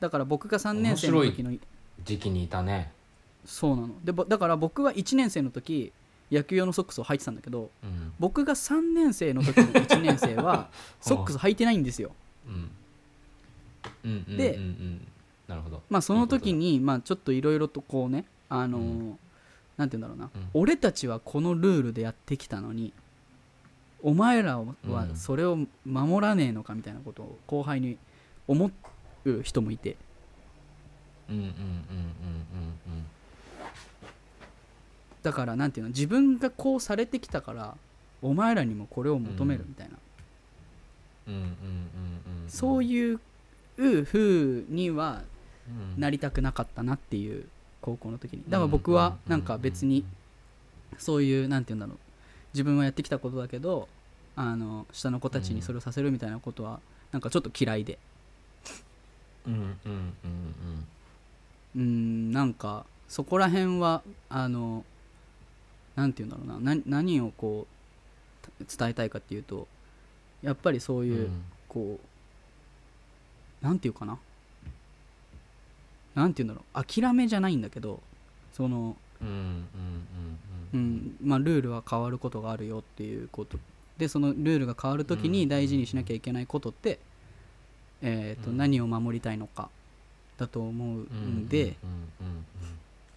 Speaker 2: だから僕が3年生の時の
Speaker 1: 時期にいたね
Speaker 2: そうなのでぼだから僕は1年生の時野球用のソックスを履いてたんだけど
Speaker 1: うん
Speaker 2: 僕が3年生の時の1年生 はソックス履いてないんですよ
Speaker 1: うんうんうん
Speaker 2: で
Speaker 1: うんうんなるほど
Speaker 2: まあその時にまあちょっといろいろとこうねあのー
Speaker 1: うん
Speaker 2: なんて言うんだろうな、
Speaker 1: うん
Speaker 2: 俺たちはこのルールでやってきたのにお前らは
Speaker 1: うん
Speaker 2: それを守らねえのかみたいなことを後輩に思う人もいて
Speaker 1: うんうんうんうん
Speaker 2: だからなんていうの自分がこうされてきたからお前らにもこれを求めるみたいな、
Speaker 1: うんうんうんうんうん
Speaker 2: そういう風には
Speaker 1: うん
Speaker 2: なりたくなかったなっていう高校の時にだから僕はなんか別にそういうなんていうんだろう自分はやってきたことだけどあの下の子たちにそれをさせるみたいなことはなんかちょっと嫌いで
Speaker 1: うんうんうんうん
Speaker 2: うんなんかそこら辺はあのなんていうんだろうなな何をこうた伝えたいかっていうとやっぱりそう
Speaker 1: うん
Speaker 2: いう、こうなんていうかななんていうんだろう諦めじゃないんだけどその、
Speaker 1: うんうん
Speaker 2: う
Speaker 1: うんうん
Speaker 2: んまあ、ルールは変わることがあるよっていうことでそのルールが変わるときに大事にしなきゃいけないことって、えーと
Speaker 1: うん
Speaker 2: 何を守りたいのかだと思うんで、
Speaker 1: うんうん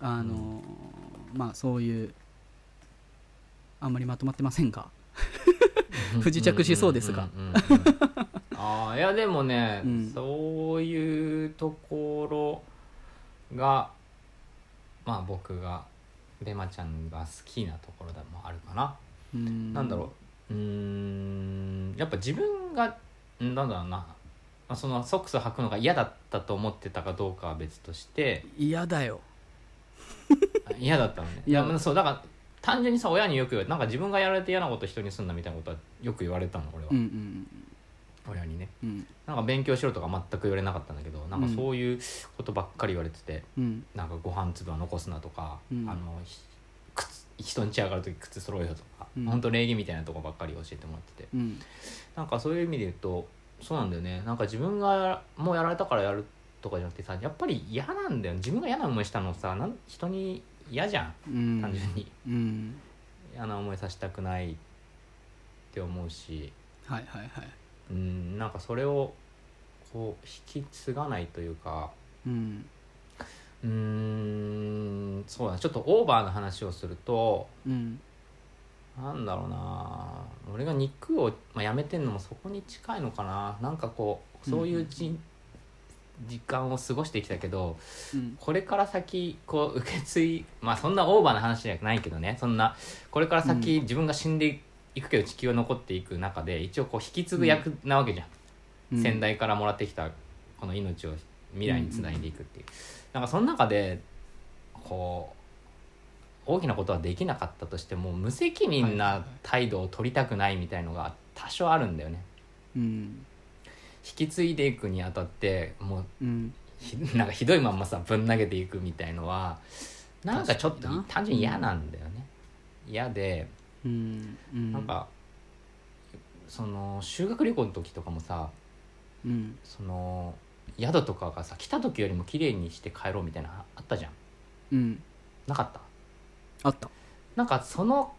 Speaker 2: あのーまあそういうあんまりまとまってませんが
Speaker 1: うん
Speaker 2: 不時着しそうですが
Speaker 1: うんうんうんうんああいやでもね、
Speaker 2: うん
Speaker 1: そういうところがまあ僕がベマちゃんが好きなところでもあるかな、
Speaker 2: うん
Speaker 1: なんだろううーんやっぱ自分がうんなんだろうなまあそのソックス履くのが嫌だったと思ってたかどうかは別と して
Speaker 2: 嫌だよ
Speaker 1: あ嫌だったのねい
Speaker 2: 嫌
Speaker 1: や
Speaker 2: だ
Speaker 1: まあそうだから単純にさ親によく言われてなんか自分がやられて嫌なこと人にすんなみたいなことはよく言われたの俺は、
Speaker 2: うんうん
Speaker 1: 親にね
Speaker 2: うん
Speaker 1: なんか勉強しろとか全く言われなかったんだけどなんかそういうことばっかり言われてて、
Speaker 2: うん
Speaker 1: なんかご飯粒は残すなとか、
Speaker 2: うん
Speaker 1: あのひ靴人ん家上がる時靴揃えよとか、
Speaker 2: うん
Speaker 1: ほんと礼儀みたいなとこばっかり教えてもらってて
Speaker 2: うん
Speaker 1: なんかそういう意味で言うとそうなんだよねなんか自分がもうやられたからやるとかじゃなくてさやっぱり嫌なんだよ自分が嫌な思いしたのさなん人に嫌じゃん
Speaker 2: うん
Speaker 1: 単純に、
Speaker 2: うん
Speaker 1: 嫌な思いさせたくないって思うし
Speaker 2: はいはいはい
Speaker 1: うんなんかそれをこう引き継がないというか
Speaker 2: うん
Speaker 1: うーんそうだなちょっとオーバーな話をすると
Speaker 2: うん
Speaker 1: なんだろうな俺が肉を、まあ、やめてんのもそこに近いのかななんかこうそういうじ、時間を過ごしてきたけど
Speaker 2: うん
Speaker 1: これから先こう受け継いまあそんなオーバーな話じゃないけどねそんなこれから先、自分が死んでいくけど地球は残っていく中で一応こう引き継ぐ役なわけじゃん
Speaker 2: うん
Speaker 1: 先代からもらってきたこの命を未来につないでいくっていう、なんかその中でこう大きなことはできなかったとしても無責任な態度を取りたくないみたいのが多少あるんだよね
Speaker 2: うん
Speaker 1: 引き継いでいくにあたってもう
Speaker 2: うん
Speaker 1: ひなんかひどいまんまさぶん投げていくみたいのはなんかちょっと
Speaker 2: 確かにな
Speaker 1: 単純に嫌なんだよね嫌で
Speaker 2: うんうん
Speaker 1: なんかその修学旅行の時とかもさ
Speaker 2: うん
Speaker 1: その宿とかがさ来た時よりも綺麗にして帰ろうみたいなあったじゃん
Speaker 2: うん
Speaker 1: なかった
Speaker 2: あった
Speaker 1: なんかその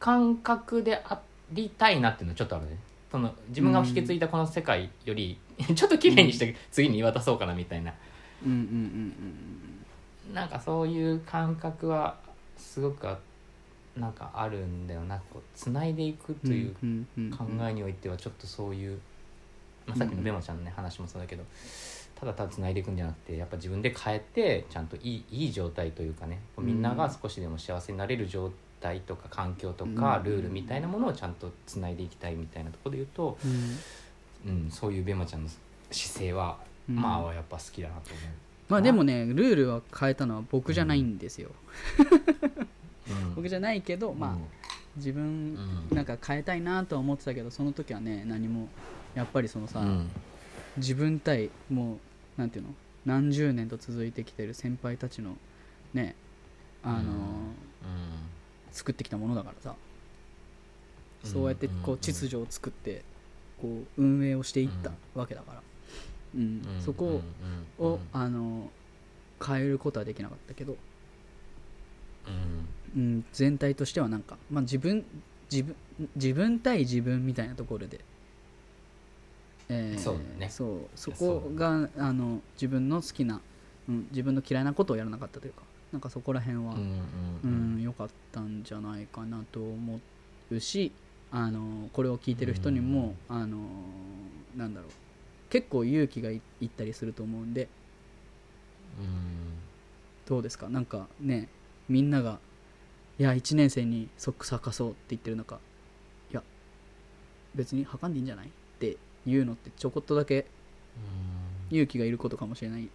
Speaker 1: 感覚でありたいなっていうのはちょっとあるねその自分が引き継いだこの世界より ちょっと綺麗にして次に言い渡そうかなみたいな
Speaker 2: うんうんうん
Speaker 1: なんかそういう感覚はすごくあなんかあるんだよなこうつないでいく
Speaker 2: うん
Speaker 1: という
Speaker 2: うんうん
Speaker 1: 考えにおいてはちょっとそういう、まあ、さっきのベマちゃんの、ね、話もそうだけどただただつないでいくんじゃなくてやっぱ自分で変えてちゃんといいいい状態というかねこうみんなが少しでも幸せになれる状態とか環境とか
Speaker 2: うん
Speaker 1: ルールみたいなものをちゃんとつないでいきたいみたいなところで言うと、
Speaker 2: うん
Speaker 1: うん、そういうベマちゃんの姿勢は、
Speaker 2: うん
Speaker 1: まあやっぱ好きだなと思
Speaker 2: まあでもねルールは変えたのは僕じゃないんですよ
Speaker 1: う。うん
Speaker 2: 僕じゃないけどまあ自
Speaker 1: う
Speaker 2: 分
Speaker 1: ん
Speaker 2: なんか変えたいなとは思ってたけどその時はね何もやっぱりそのさ、
Speaker 1: うん
Speaker 2: 自分対もうなんていうの何十年と続いてきてる先輩たちのねあの
Speaker 1: う
Speaker 2: ー
Speaker 1: ん
Speaker 2: 作ってきたものだからさ
Speaker 1: うん
Speaker 2: そうやって
Speaker 1: うん
Speaker 2: こ
Speaker 1: う
Speaker 2: うん秩序を作ってこう運営をしていったわけだから、うん
Speaker 1: うん
Speaker 2: そこ
Speaker 1: うん
Speaker 2: を、あのー変えることはできなかったけど、
Speaker 1: うん
Speaker 2: うん、全体としてはなんか、まあ、自分自分自分対自分みたいなところで、えー
Speaker 1: そうだね
Speaker 2: そうそ
Speaker 1: いや
Speaker 2: こがあの自分の好きな、うん、自分の嫌いなことをやらなかったというかなんかそこら辺は
Speaker 1: うんう
Speaker 2: うんん良、かったんじゃないかなと思うしあのこれを聞いてる人にも、あのなんだろう結構勇気がいいったりすると思うんで、
Speaker 1: うんうん
Speaker 2: どうですかなんかねみんなが「いや1年生にソックス履かそう」って言ってる中「いや別に履かんでいいんじゃない?」って言うのってちょこっとだけ勇気がいることかもしれない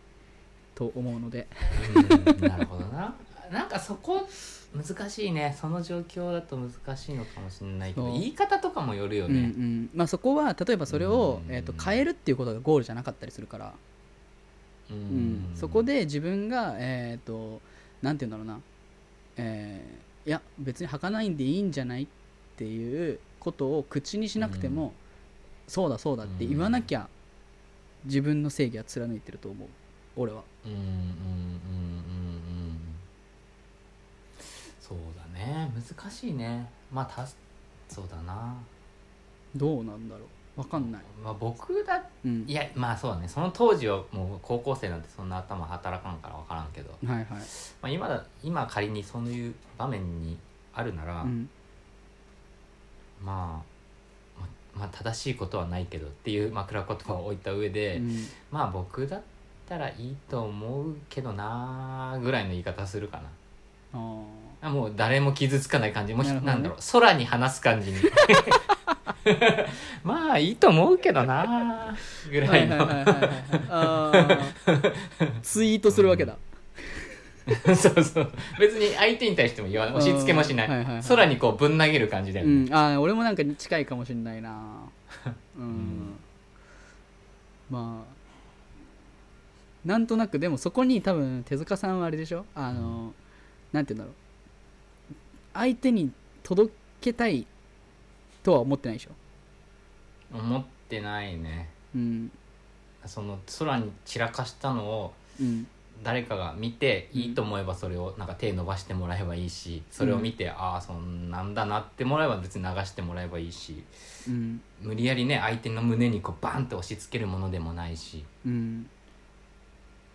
Speaker 2: と思うので
Speaker 1: うんなるほどななんかそこ難しいねその状況だと難しいのかもしれないけど
Speaker 2: そう
Speaker 1: 言い方とかもよるよ
Speaker 2: うんう
Speaker 1: ね、
Speaker 2: んまあ、そこは例えばそれを、
Speaker 1: うん
Speaker 2: えー、と変えるっていうことがゴールじゃなかったりするから、
Speaker 1: うん
Speaker 2: うん、そこで自分がえっ、となんて言うんだろうな、えーいや別に履かないんでいいんじゃないっていうことを口にしなくても、そうだそうだって言わなきゃ自分の正義は貫いてると思う俺は
Speaker 1: うんうんうんうんうんそうだね難しいねまあたそうだな
Speaker 2: どうなんだろうわかんない、
Speaker 1: まあ僕だ
Speaker 2: うん
Speaker 1: い、やまあそうだねその当時はもう高校生なんてそんな頭働かんから分からんけど、
Speaker 2: はいはい、
Speaker 1: まあ、今だ今仮にそういう場面にあるなら、
Speaker 2: うん、
Speaker 1: まあままあ正しいことはないけどっていう枕言葉を置いた上で、
Speaker 2: うん
Speaker 1: まあ僕だったらいいと思うけどなーぐらいの言い方するかな
Speaker 2: あー
Speaker 1: あもう誰も傷つかない感じもうひ
Speaker 2: な
Speaker 1: な,、
Speaker 2: るほどね
Speaker 1: んだろう空に話す 感じに まあいいと思うけどなーぐら
Speaker 2: はいい
Speaker 1: の、
Speaker 2: はいはいはいはいあーツイートするわけだ、
Speaker 1: そうそう別に相手に対しても言わない押し付けもしない,、
Speaker 2: うんはいはいはい
Speaker 1: 空にこうぶん投げる感じだよ
Speaker 2: う
Speaker 1: ね、
Speaker 2: ん、あー俺もなんかに近いかもしれないな うん、
Speaker 1: ん
Speaker 2: まあなんとなくでもそこに多分手塚さんはあれでしょあの、なんて言うんだろう相手に届けたいとは思ってないでしょ、
Speaker 1: 思ってないね
Speaker 2: うん
Speaker 1: その空に散らかしたのを
Speaker 2: うん、
Speaker 1: 誰かが見て
Speaker 2: うん
Speaker 1: いいと思えばそれをなんか手伸ばしてもらえばいいしそれを見て、ああそんなんだなってもらえば別に流してもらえばいいし
Speaker 2: うん
Speaker 1: 無理やりね相手の胸にこうバンって押し付けるものでもないし
Speaker 2: うん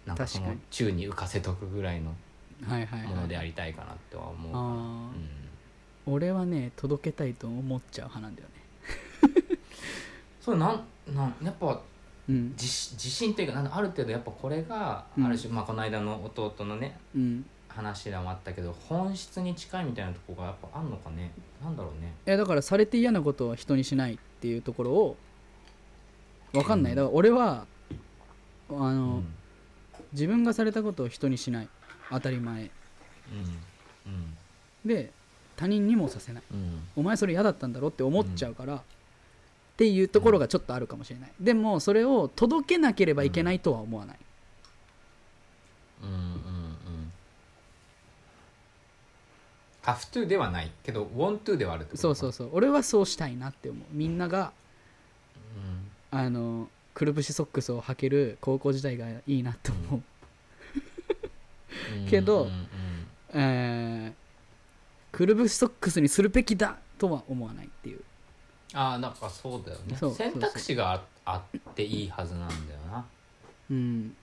Speaker 1: なんかそ
Speaker 2: 確
Speaker 1: の
Speaker 2: かに
Speaker 1: 宙に浮かせとくぐらいの
Speaker 2: はいはい、
Speaker 1: ものであ
Speaker 2: はい、
Speaker 1: りたいかなとは思うかな、
Speaker 2: あ
Speaker 1: う
Speaker 2: ー
Speaker 1: ん、
Speaker 2: 俺はね届けたいと思っちゃう派なんだよね
Speaker 1: それなんなんやっぱ
Speaker 2: うん
Speaker 1: 自信自信というかなんだある程度やっぱこれが
Speaker 2: うん
Speaker 1: ある種、まあ、この間の弟のね
Speaker 2: うん
Speaker 1: 話でもあったけど本質に近いみたいなとこがやっぱあんのかねなんだろうね
Speaker 2: いやだからされて嫌なことは人にしないっていうところをわかんな
Speaker 1: う
Speaker 2: い
Speaker 1: ん
Speaker 2: だから俺はあの、
Speaker 1: うん
Speaker 2: 自分がされたことを人にしない当たり前
Speaker 1: うん
Speaker 2: で他人にもさせない
Speaker 1: うんうん
Speaker 2: お前それ嫌だったんだろって思っちゃうから、っていうところがちょっとあるかもしれないでもそれを届けなければいけないとは思わない、
Speaker 1: うんうんうんハフトゥではないけどウォントゥではあるってこと
Speaker 2: そうそうそう俺はそうしたいなって思うみんなが
Speaker 1: うん
Speaker 2: あのくるぶしソックスを履ける高校時代がいいなと思う
Speaker 1: うん
Speaker 2: けど
Speaker 1: うんうん
Speaker 2: えーくるぶしソックスにするべきだとは思わないっていう
Speaker 1: ああなんかそうだよね
Speaker 2: そう
Speaker 1: 選択肢がああっていいはずなんだよな
Speaker 2: うん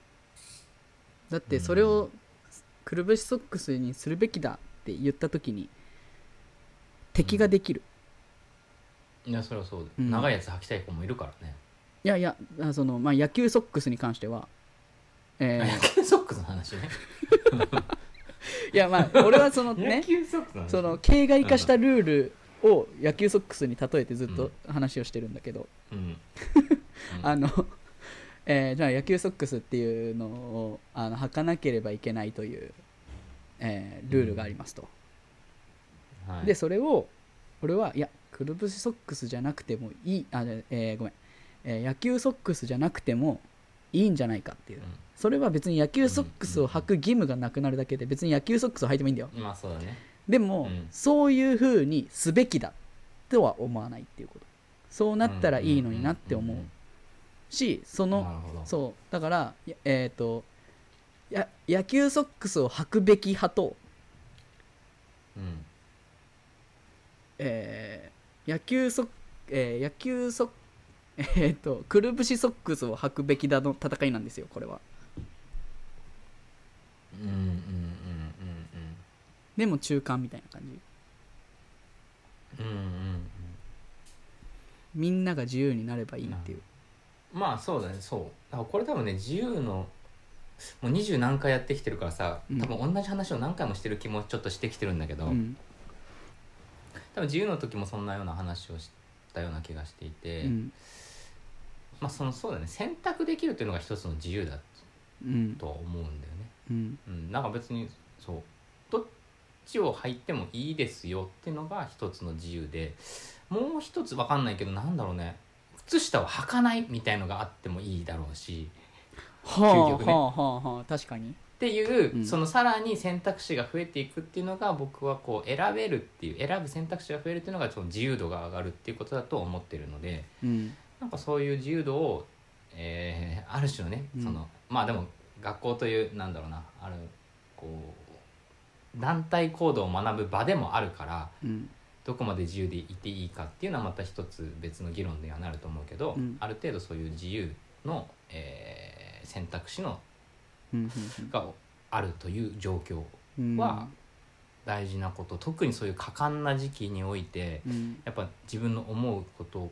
Speaker 2: だってそれをくるぶしソックスにするべきだって言った時に敵ができる、
Speaker 1: いやそれはそうだよ、
Speaker 2: うん
Speaker 1: 長いやつ履きたい子もいるからね、
Speaker 2: いやいやあその、まあ、野球ソックスに関しては、え
Speaker 1: 野球ソックスの話ね
Speaker 2: ーいやまあ俺はそ の
Speaker 1: 野
Speaker 2: ね
Speaker 1: 球ソックスの話
Speaker 2: その形骸化したルールを野球ソックスに例えてずっと話をしてるんだけど、
Speaker 1: うん、うん
Speaker 2: あの、 えーじゃあ野球ソックスっていうのをあの履かなければいけないという、えールールがありますと、
Speaker 1: はい
Speaker 2: でそれを俺はいやくるぶしソックスじゃなくてもいいあ、じゃあえーごめん、えー野球ソックスじゃなくてもいいんじゃないかっていううんそれは別に野球ソックスを履く義務がなくなるだけで別に野球ソックスを履いてもいいんだよ
Speaker 1: まあそうだね
Speaker 2: でも、
Speaker 1: うん
Speaker 2: そういうふうにすべきだとは思わないっていうことそうなったらいいのになって思うしそ
Speaker 1: の
Speaker 2: の
Speaker 1: なるほど
Speaker 2: そうだからやえっ、とや野球ソックスを履くべき派と、
Speaker 1: うん
Speaker 2: えー野球ソッ、えー野球ソッえっ、とくるぶしソックスを履くべきだの戦いなんですよこれは
Speaker 1: うんうんうんうんうん
Speaker 2: でも中間みたいな感じ
Speaker 1: うんうんうん
Speaker 2: みんなが自由になればいいっていう
Speaker 1: まあそうだねそうだからこれ多分ね自由のもう二十何回やってきてるからさ
Speaker 2: うん
Speaker 1: 多分同じ話を何回もしてる気もちょっとしてきてるんだけど、
Speaker 2: うん
Speaker 1: 多分自由の時もそんなような話をしたような気がしていて、
Speaker 2: うん
Speaker 1: まあそのそうだね選択できるっていうのが一つの自由だ
Speaker 2: うん
Speaker 1: とは思うんだよね。
Speaker 2: うん
Speaker 1: うん、なんか別にそうどっちを入ってもいいですよっていうのが一つの自由でもう一つ分かんないけどなんだろうね靴下を履かないみたいのがあってもいいだろうし
Speaker 2: はあ、
Speaker 1: 究極ね
Speaker 2: はあはあはあ確かに
Speaker 1: っていう、
Speaker 2: うん
Speaker 1: そのさらに選択肢が増えていくっていうのが僕はこう選べるっていう選ぶ選択肢が増えるっていうのがその自由度が上がるっていうことだと思ってるので
Speaker 2: うん
Speaker 1: なんかそういう自由度を、えーある種のね
Speaker 2: うん
Speaker 1: その、まあでも学校というなんだろうなあるこう団体行動を学ぶ場でもあるから
Speaker 2: うん
Speaker 1: どこまで自由でいていいかっていうのはまた一つ別の議論にはなると思うけど、
Speaker 2: うん
Speaker 1: ある程度そういう自由の、えー選択肢の
Speaker 2: うん
Speaker 1: があるという状況
Speaker 2: うん
Speaker 1: は大事なこと特にそういう果敢な時期において
Speaker 2: うん
Speaker 1: やっぱ自分の思うこと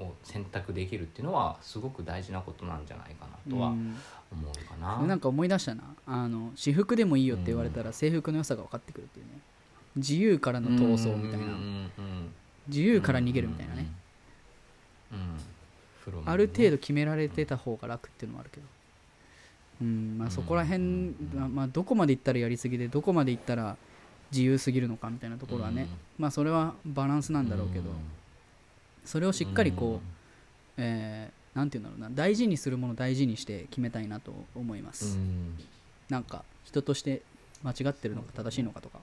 Speaker 1: を選択できるっていうのはすごく大事なことなんじゃないかなとは
Speaker 2: うん
Speaker 1: 思うかな。
Speaker 2: なんか思い出したなあの私服でもいいよって言われたら制服の良さが分かってくるっていうね自由からの闘争みたい
Speaker 1: うんう
Speaker 2: なん
Speaker 1: うん
Speaker 2: 自由から逃げるみたいなね。
Speaker 1: うんうん風呂もね
Speaker 2: ある程度決められてた方が楽っていうのもあるけどうんまあそこら
Speaker 1: う
Speaker 2: 辺
Speaker 1: ん
Speaker 2: まあまあどこまで行ったらやりすぎでどこまで行ったら自由すぎるのかみたいなところはね
Speaker 1: うん
Speaker 2: まあそれはバランスなんだろうけどそれをしっかり
Speaker 1: う
Speaker 2: こ
Speaker 1: ん
Speaker 2: うえーなんて言うんだろうな大事にするものを大事にして決めたいなと思いま
Speaker 1: う
Speaker 2: す
Speaker 1: ん
Speaker 2: なんか人として間違ってるのか正しいのかとか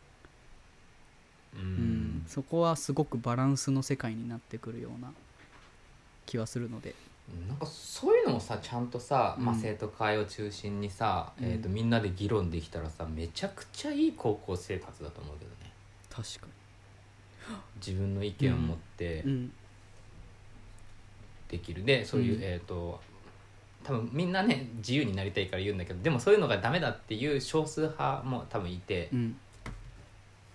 Speaker 1: う
Speaker 2: うん
Speaker 1: ん
Speaker 2: そこはすごくバランスの世界になってくるような気はするので
Speaker 1: なんかそういうのもさちゃんとさ、まあ、
Speaker 2: うん
Speaker 1: 生徒会を中心にさ、
Speaker 2: うん
Speaker 1: えー、とみんなで議論できたらさめちゃくちゃいい高校生活だと思うけどね
Speaker 2: 確か
Speaker 1: 自分の意見を持って
Speaker 2: にうん
Speaker 1: できる、でそういう、
Speaker 2: うん
Speaker 1: えっ、と多分みんなね自由になりたいから言うんだけどでもそういうのがダメだっていう少数派も多分いて
Speaker 2: う、ん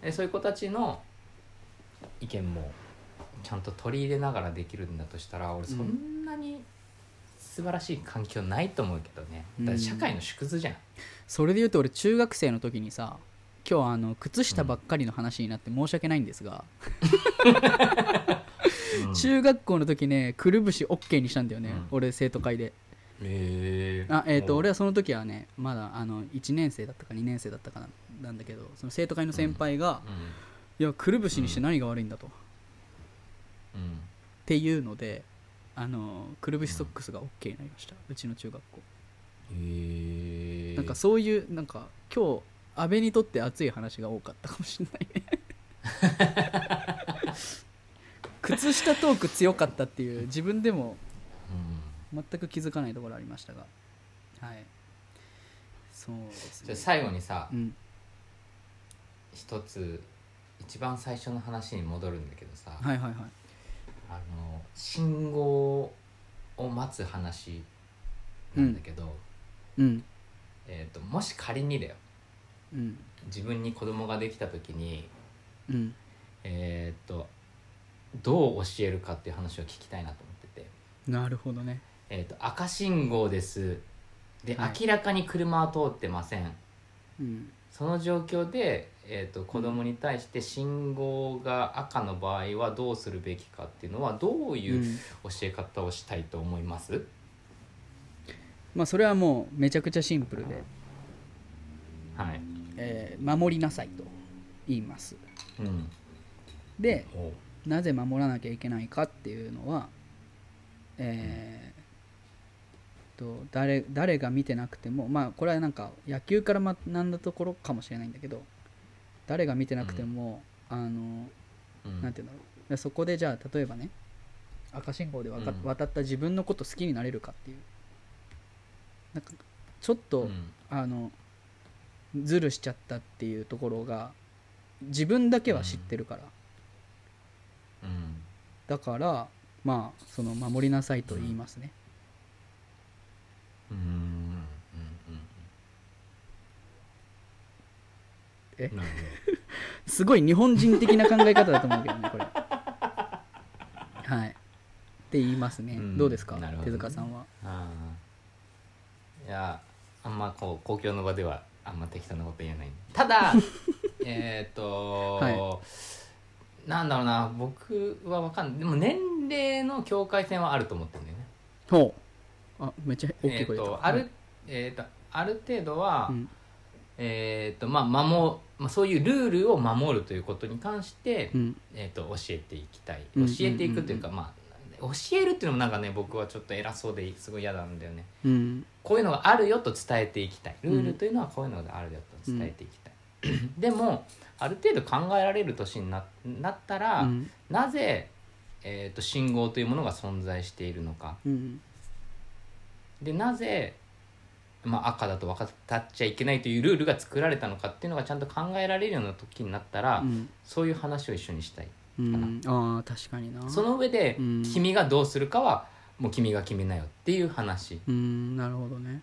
Speaker 1: でそういう子たちの意見もちゃんと取り入れながらできるんだとしたら俺そんなに素晴らしい環境ないと思うけどね、だって社会の縮図じゃん。
Speaker 2: それで言うと俺中学生の時にさ今日はあの靴下ばっかりの話になって申し訳ないんですが、
Speaker 1: うん
Speaker 2: 中学校の時ねくるぶし OK にしたんだよね、
Speaker 1: うん
Speaker 2: 俺生徒会で
Speaker 1: え
Speaker 2: あえっ、と俺
Speaker 1: は
Speaker 2: はその時はねまだあの1年生だったか2年生だったかななんだけどその生徒会の先輩が、いやくるぶしにして何が悪いんだと、っ
Speaker 1: うんうん
Speaker 2: ていうのであのくるぶしソックスが OK になりましたうちの中学校
Speaker 1: へえ
Speaker 2: なんかそういうなんか今日安倍にとって熱い話が多かったかもしれ ないね靴下トーク強かったっていう自分でも
Speaker 1: うん
Speaker 2: 全く気づかないところありましたがはいそうです
Speaker 1: じゃ
Speaker 2: ね
Speaker 1: あ最後にさ
Speaker 2: うん
Speaker 1: 一つ一番最初の話に戻るんだけどさ、
Speaker 2: はいはいはい
Speaker 1: あの信号を待つ話なんだけど、
Speaker 2: うん
Speaker 1: えー、ともし仮にだよ
Speaker 2: うん
Speaker 1: 自分に子供ができた時に
Speaker 2: うん
Speaker 1: えっ、とどう教えるかっていう話を聞きたいなと思ってて、
Speaker 2: なるほどね
Speaker 1: えー、と赤信号ですで、
Speaker 2: はい
Speaker 1: 明らかに車は通ってません
Speaker 2: うん
Speaker 1: その状況で、えー、と子供に対して信号が赤の場合はどうするべきかっていうのはどういう
Speaker 2: うん
Speaker 1: 教え方をしたいと思います、
Speaker 2: まあそれはもうめちゃくちゃシンプルで、
Speaker 1: はい、
Speaker 2: えー守りなさいと言います
Speaker 1: うん、
Speaker 2: で
Speaker 1: おう
Speaker 2: なぜ守らなきゃいけないかっていうのは、えーと誰誰が見てなくてもまあこれはなんか野球から学んだところかもしれないんだけど誰が見てなくても、あの
Speaker 1: うん
Speaker 2: なんていうんだろうでそこでじゃあ例えばね赤信号でわか
Speaker 1: うん
Speaker 2: 渡った自分のこと好きになれるかっていうなんかちょっと、
Speaker 1: うん
Speaker 2: あのズルしちゃったっていうところが自分だけは知ってるか
Speaker 1: う
Speaker 2: ら。
Speaker 1: ん
Speaker 2: だからまあその守りなさいと言いますね、
Speaker 1: うんうんうん
Speaker 2: え
Speaker 1: なる
Speaker 2: すごい日本人的な考え方だと思うけどねこれはいって言いますね、
Speaker 1: うん
Speaker 2: どうですか、
Speaker 1: なるほど
Speaker 2: 手
Speaker 1: ね
Speaker 2: 塚さんは
Speaker 1: ほどあーいやあんまこう公共の場ではあんま適当なこと言えないただえっと、
Speaker 2: は
Speaker 1: なんだろうな僕はわかんないでも年齢の境界線はあると思ってるんだよね
Speaker 2: ほうあめっちゃ大き
Speaker 1: え
Speaker 2: い
Speaker 1: っ
Speaker 2: 声出た、
Speaker 1: とあるえっとある程度は、
Speaker 2: うん
Speaker 1: えっとまあ守まあ、そういうルールを守るということに関して、
Speaker 2: うん
Speaker 1: えっと教えていきたい
Speaker 2: うん
Speaker 1: 教
Speaker 2: うん
Speaker 1: えていくというか、まあ、教えるっていうのもなんかね僕はちょっと偉そうですごい嫌なんだよね
Speaker 2: うん
Speaker 1: こういうのがあるよと伝えていきたいルー
Speaker 2: うん
Speaker 1: ルというのはこういうのがあるよと伝えていきたい、 でもある程度考えられる年にななったら、
Speaker 2: うん
Speaker 1: なぜ、えー、と信号というものが存在しているのか
Speaker 2: うん
Speaker 1: でなぜ、まあ、赤だと分かっちゃいけないというルールが作られたのかっていうのがちゃんと考えられるような時になったら、
Speaker 2: うん
Speaker 1: そういう話を一緒にしたい
Speaker 2: うんああ確かにな
Speaker 1: その上で、
Speaker 2: うん
Speaker 1: 君がどうするかはもう君が決めなよっていう話
Speaker 2: うんなるほどね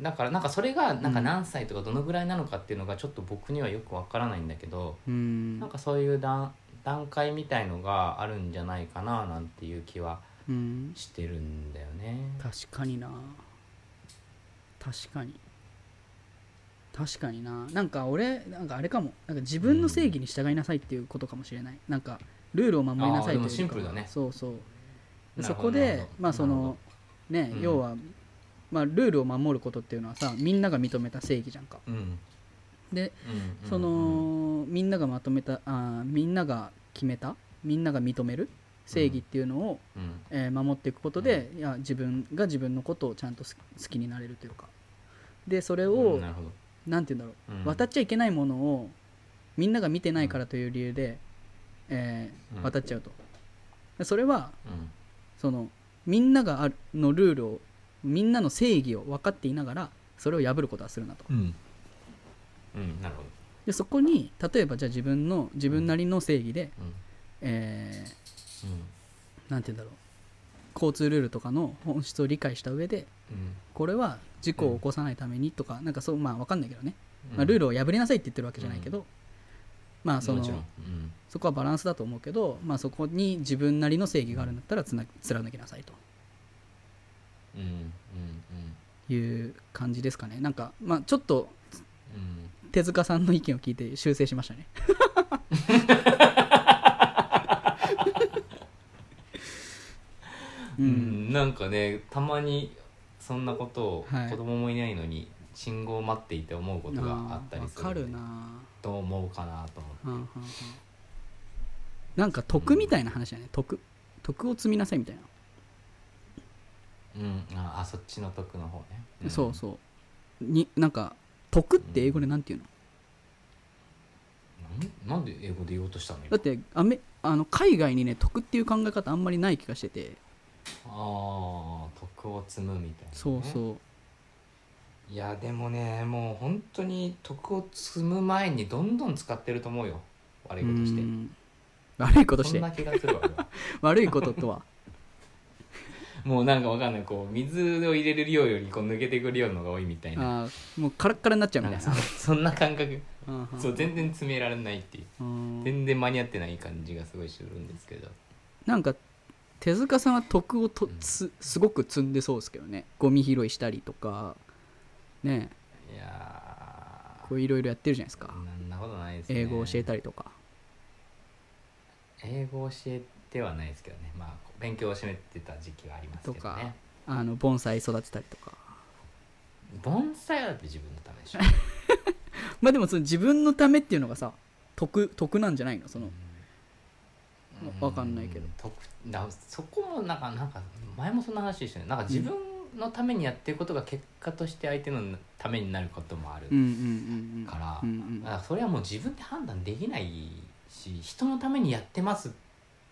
Speaker 1: だからなんかそれがなんか何歳とかどのぐらいなのかっていうのがちょっと僕にはよくわからないんだけど、
Speaker 2: うん
Speaker 1: なんかそういう段段階みたいのがあるんじゃないかななんていう気は
Speaker 2: うん
Speaker 1: してるんだよね。
Speaker 2: 確かにな確かに確かにななんか俺なんかあれかもなんか自分の正義に従いなさいっていうことかもしれない、なんかルールを守りなさい
Speaker 1: あーでも
Speaker 2: というか
Speaker 1: シンプルだね
Speaker 2: そうそうで
Speaker 1: な
Speaker 2: そ
Speaker 1: るほ
Speaker 2: こ
Speaker 1: どなるほ
Speaker 2: で
Speaker 1: ど
Speaker 2: まあそのね、
Speaker 1: うん
Speaker 2: 要は、まあ、ルールを守ることっていうのはさみんなが認めた正義じゃんか
Speaker 1: なるほどうん
Speaker 2: で
Speaker 1: うん
Speaker 2: そのみんながまとめたあーみんなが決めたみんなが認める正義っていうのを、
Speaker 1: うんうん
Speaker 2: えー守っていくことで、いや自分が自分のことをちゃんと好き好きになれるというかでそれ
Speaker 1: うん
Speaker 2: を、
Speaker 1: なるほど
Speaker 2: なんて言うんだろう、
Speaker 1: うん
Speaker 2: 渡っちゃいけないものをみんなが見てないからという理由で、えー
Speaker 1: うん
Speaker 2: 渡っちゃうとでそれは
Speaker 1: うん
Speaker 2: そのみんながあるのルールをみんなの正義を分かっていながらそれを破ることはするなと
Speaker 1: うん、うん、なるほど、
Speaker 2: でそこに例えばじゃあ自分の自分なりの正義で、
Speaker 1: うん
Speaker 2: えー
Speaker 1: うん
Speaker 2: なんて言うんだろう交通ルールとかの本質を理解した上で
Speaker 1: うん
Speaker 2: これは事故を起こさないためにとか、なんかそうまあ分かんないけどね、
Speaker 1: うん、
Speaker 2: まあ、ルールを破りなさいって言ってるわけじゃないけど、まあそ
Speaker 1: も
Speaker 2: の
Speaker 1: ちろん、うん
Speaker 2: そこはバランスだと思うけど、まあ、そこに自分なりの正義があるんだったらつな貫きなさい
Speaker 1: うんうん
Speaker 2: という感じですかねなんか、まあ、ちょっと
Speaker 1: うんうん
Speaker 2: 手塚さんの意見を聞いて修正しました ねう
Speaker 1: うんん、なんかねたまにそんなことを
Speaker 2: はい
Speaker 1: 子供もいないのに信号を待っていて思うことがあったりする
Speaker 2: わ
Speaker 1: ん
Speaker 2: か
Speaker 1: で
Speaker 2: るな
Speaker 1: どう思うかなと思って、
Speaker 2: はんはんはんなんか徳みたいな話だね徳徳を積みなさいみたいな、
Speaker 1: うん、ああそっちの得の方ね、ん
Speaker 2: そうそうになんか徳って英語でなんていうの、
Speaker 1: なんなんで英語で言おうとしたの
Speaker 2: だ
Speaker 1: 今
Speaker 2: ってアメあの海外にね徳っていう考え方あんまりない気がしてて
Speaker 1: ああ得を積むみたいな、ね、
Speaker 2: そうそう
Speaker 1: いやでもねもう本当に得を積む前にどんどん使ってると思うよ悪いことして
Speaker 2: うん悪いことし
Speaker 1: そん
Speaker 2: て
Speaker 1: な気が するわ俺は
Speaker 2: 悪いこと とは
Speaker 1: もうなんかわかんないこう水を入れる量よりこう抜けてくる量の方が多いみたいな
Speaker 2: あーもうカラッカラになっちゃう
Speaker 1: な
Speaker 2: み
Speaker 1: ん
Speaker 2: た
Speaker 1: か
Speaker 2: い
Speaker 1: そ
Speaker 2: な
Speaker 1: そんな感覚
Speaker 2: うんうん
Speaker 1: そう全然詰められないっていう
Speaker 2: うん
Speaker 1: 全然間に合ってない感じがすごいするんですけど
Speaker 2: なんか手塚さんは徳をとつすごく積んでそうですけどねゴミ拾いしたりとかね
Speaker 1: いや
Speaker 2: こういろいろやってるじゃないですか
Speaker 1: ーなんなことないですね
Speaker 2: 英語を教えたりとか
Speaker 1: 英語を教えてはないですけどねまあこう勉強をしめてた時期はあります
Speaker 2: と
Speaker 1: けど
Speaker 2: か
Speaker 1: ね
Speaker 2: あの盆栽育てたりとか
Speaker 1: 盆栽はだって自分のためでしょ
Speaker 2: まあでもその自分のためっていうのがさ得得なんじゃないのその
Speaker 1: う
Speaker 2: わかんないけど
Speaker 1: とだそこもなんかなんか前もそんな話でしたねなんか自分のためにやってることが結果として相手のためになることもある
Speaker 2: うんうんうんうん
Speaker 1: から、
Speaker 2: うんうん
Speaker 1: だからそれはもう自分で判断できないし人のためにやってますっ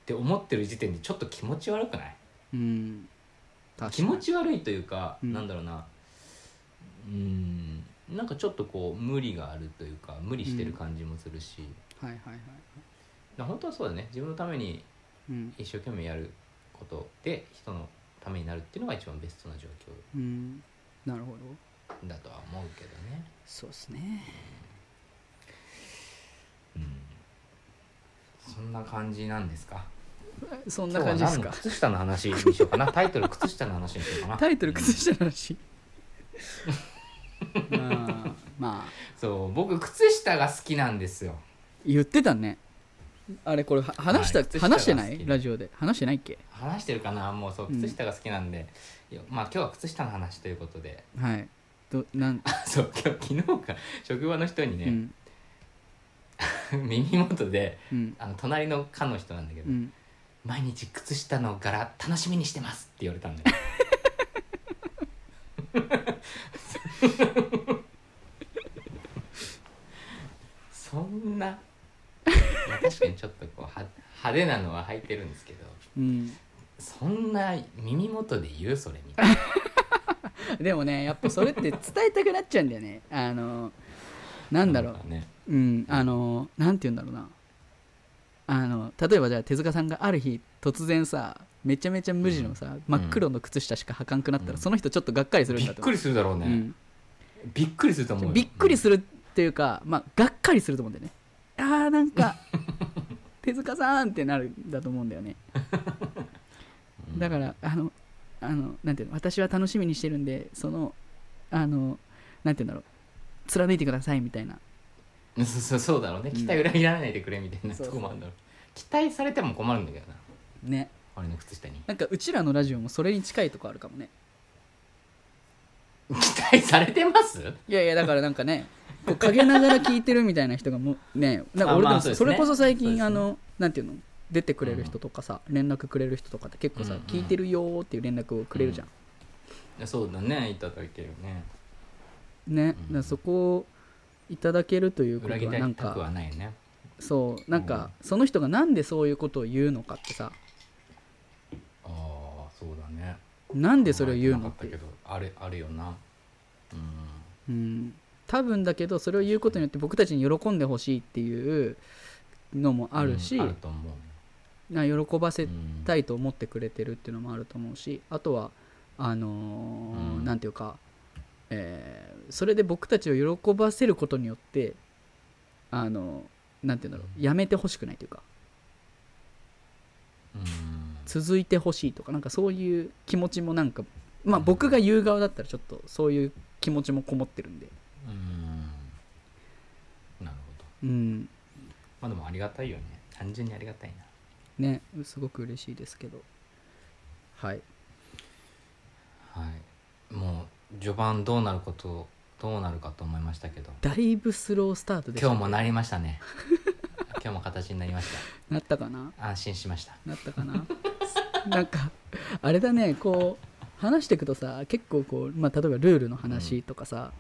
Speaker 1: て思ってる時点でちょっと気持ち悪くない
Speaker 2: うん確か
Speaker 1: 気
Speaker 2: に
Speaker 1: 持ち悪いというか、
Speaker 2: うん
Speaker 1: なんだろうなうんなんかちょっとこう無理があるというか無理してる感じもするし、
Speaker 2: はいはいはい
Speaker 1: だから本当はそうだね自分のために
Speaker 2: うん
Speaker 1: 一生懸命やることで人のためになるっていうのが一番ベストな状
Speaker 2: うんなるほど
Speaker 1: 況だとは思うけどね、
Speaker 2: そうですね
Speaker 1: うん、そんな感じなんですか
Speaker 2: そん
Speaker 1: 今
Speaker 2: な
Speaker 1: 日は
Speaker 2: 感じです
Speaker 1: 何の
Speaker 2: か
Speaker 1: 靴下の話にしようかなタイトル靴下の話にしようかな
Speaker 2: タイト
Speaker 1: う
Speaker 2: ル
Speaker 1: ん
Speaker 2: 崩した話うんまあ
Speaker 1: そう僕靴下が好きなんですよ
Speaker 2: 言ってたねあれこれは話した、
Speaker 1: はい靴下が
Speaker 2: 話してな
Speaker 1: 好き
Speaker 2: い
Speaker 1: で
Speaker 2: ラジオで話してないっけ
Speaker 1: 話してるかなもうそう
Speaker 2: うん
Speaker 1: 靴下が好きなんで、いやまあ今日は靴下の話ということで
Speaker 2: はいどなん、
Speaker 1: そう今日昨日か職場の人に
Speaker 2: う
Speaker 1: ね、
Speaker 2: ん
Speaker 1: 耳元で
Speaker 2: うん
Speaker 1: あの隣の課の人なんだけど、
Speaker 2: うん
Speaker 1: 毎日靴下の柄楽しみにしてますって言われたんだよそんな、まあ、確かにちょっとこうは派手なのは履いてるんですけど
Speaker 2: うん
Speaker 1: そんな耳元で言うそれみたいな
Speaker 2: でもねやっぱそれって伝えたくなっちゃうんだよねあのなんだろう
Speaker 1: ね
Speaker 2: うんあのなんて言うんだろうなあの例えばじゃあ手塚さんがある日突然さめちゃめちゃ無地のさ、真っ黒の靴下しか履かんくなったら、
Speaker 1: うん
Speaker 2: その人ちょっとがっかりするん
Speaker 1: び
Speaker 2: だ
Speaker 1: っ
Speaker 2: と
Speaker 1: く
Speaker 2: 思う
Speaker 1: りするだろうね、びっくりすると思う
Speaker 2: う
Speaker 1: よ
Speaker 2: ん、びっくりするっていうか、まあ、がっかりすると思うんだよねあーな んか手塚さんってなるんだと思うんだよね
Speaker 1: うん
Speaker 2: だからあのあのなんていうの私は楽しみにしてるんでそのあのなんていうんだろう貫いてくださいみたいな
Speaker 1: そうそうそうだろうね期待裏切らないでくれみたいな
Speaker 2: そう
Speaker 1: と
Speaker 2: そう
Speaker 1: こもあるんだろう期待されても困るんだけどな
Speaker 2: ね
Speaker 1: 俺の靴下に
Speaker 2: なんかうちらのラジオもそれに近いとこあるかもね
Speaker 1: 期待されてます
Speaker 2: いやいやだからなんかね こう陰ながら聞いてるみたいな人がもうねなんか
Speaker 1: あ
Speaker 2: 俺で
Speaker 1: ま
Speaker 2: も
Speaker 1: あそうですね
Speaker 2: それこそ最
Speaker 1: そうで
Speaker 2: 近
Speaker 1: すね
Speaker 2: あのなんていうの出てくれる人とかさ連絡くれる人とかって結構
Speaker 1: う
Speaker 2: さ
Speaker 1: んうん
Speaker 2: 聞いてるよーっていう連絡をくれるじゃん
Speaker 1: そうだねいただけるね
Speaker 2: ねだからそこをいただけるというこ
Speaker 1: 裏
Speaker 2: とは
Speaker 1: 切
Speaker 2: な
Speaker 1: り
Speaker 2: ん
Speaker 1: たくは
Speaker 2: か
Speaker 1: ないよね
Speaker 2: そうなんかその人がなんでそういうことを言うのかってさ
Speaker 1: ああそうだね
Speaker 2: なんでそれを言うのって
Speaker 1: 考え
Speaker 2: い
Speaker 1: てな
Speaker 2: う
Speaker 1: かったけどあるあるよなうん
Speaker 2: うん多分だけどそれを言うことによって僕たちに喜んでほしいっていうのもあるし、
Speaker 1: うんあると思う
Speaker 2: な喜ばせ
Speaker 1: うん
Speaker 2: たいと思ってくれてるっていうのもあると思うしあとはあのー
Speaker 1: うん
Speaker 2: なんていうか、えーそれで僕たちを喜ばせることによってあのーなんていうんだろうやめてほしくないというか
Speaker 1: うん
Speaker 2: 続いてほしいとかなんかそういう気持ちもなんかまあ
Speaker 1: うん
Speaker 2: 僕が言う側だったらちょっとそういう気持ちもこもってるんで
Speaker 1: うんなるほど
Speaker 2: うん
Speaker 1: まあでもありがたいよね単純にありがたいな
Speaker 2: ねすごく嬉しいですけどはい
Speaker 1: はい、もう序盤どうなることどうなるかと思いましたけど
Speaker 2: だいぶスロースタートでした
Speaker 1: 今日もなりましたね 今日も形になりまし
Speaker 2: なったかな
Speaker 1: た安心しました
Speaker 2: なったかな なんかあれだねこう話していくとさ結構こう、まあ、例えばルールの話とかさ、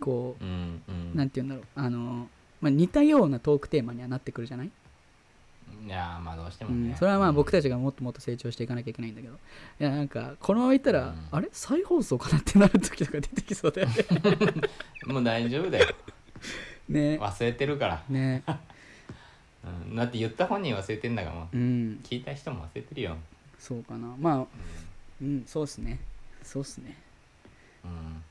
Speaker 2: こ
Speaker 1: うんう
Speaker 2: うなん
Speaker 1: ん
Speaker 2: て言うんだろうあの、まあ、似たようなトークテーマにはなってくるじゃない、
Speaker 1: いやーまあどうして
Speaker 2: う
Speaker 1: もね、
Speaker 2: ん、それはまあ僕た
Speaker 1: ち
Speaker 2: ちがもっともっと成長していかなきゃいけないんだけどいやなんかこのままいったら、
Speaker 1: うん
Speaker 2: あれ再放送かなってなる時とか出てきそうだよね
Speaker 1: もう大丈夫だよ
Speaker 2: ね
Speaker 1: 忘れてるから、
Speaker 2: ね
Speaker 1: うん、だって言った本人忘れてんだからもう
Speaker 2: うん
Speaker 1: 聞いた人も忘れてるよ、
Speaker 2: そうかなまあうんそうっすねそうっすね
Speaker 1: うんうん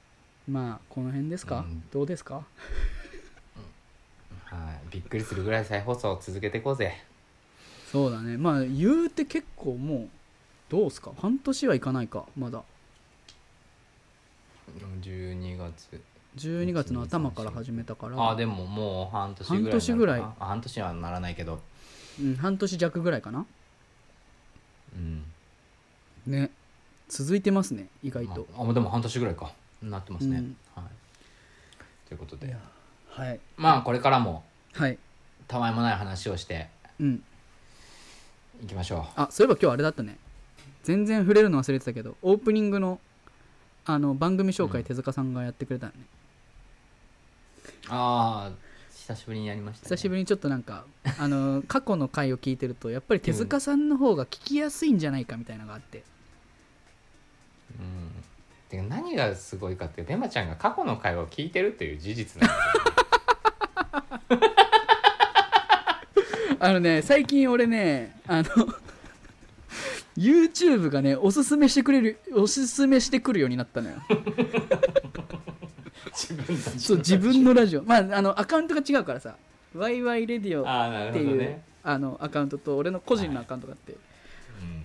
Speaker 2: まあこの辺ですか、
Speaker 1: うん
Speaker 2: どうですか
Speaker 1: はい、びっくりするぐらい再放送を続けていこうぜ
Speaker 2: そうだねまあ言うて結構もうどうすか半年はいかないかまだ
Speaker 1: 12月
Speaker 2: 12月の頭から始めたから
Speaker 1: ああでももう半年ぐらいになるか
Speaker 2: 半年ぐらい
Speaker 1: あ半年はならないけど
Speaker 2: うん、半年弱ぐらいかな
Speaker 1: うん
Speaker 2: ね続いてますね意外と、
Speaker 1: まあ、あでも半年ぐらいかなってますね、
Speaker 2: うん
Speaker 1: はいということ
Speaker 2: い
Speaker 1: で
Speaker 2: やはい
Speaker 1: まあこれからも
Speaker 2: はい
Speaker 1: たわいもない話をして
Speaker 2: うん
Speaker 1: いきましょ
Speaker 2: あそういえば今日あれだったね全然触れるの忘れてたけどオープニングのあの番組紹
Speaker 1: う
Speaker 2: 介
Speaker 1: ん
Speaker 2: 手塚さんがやってくれたのね、
Speaker 1: うああ久しぶりにやりました、ね、
Speaker 2: 久しぶ
Speaker 1: り
Speaker 2: りにちょっとなんかあの過去の回を聞いてるとやっぱり手塚さんの方が聞きやすいんじゃないかみたいなのがあって
Speaker 1: うんてか何がすごいかってデマちゃんが過去の会話を聞いてるという事実なん で
Speaker 2: あのね最近俺ねあの YouTube がねおすすめしてくれるおすすめしてくるようになったのよ
Speaker 1: す自分たちの
Speaker 2: そう自分のラジオまああのアカウントが違うからさ「ワイワイレディオ」
Speaker 1: ああなる
Speaker 2: って
Speaker 1: ほ
Speaker 2: い
Speaker 1: ど
Speaker 2: う、
Speaker 1: ね、
Speaker 2: あのアカウントと俺の個人のアカウントがあって、
Speaker 1: うん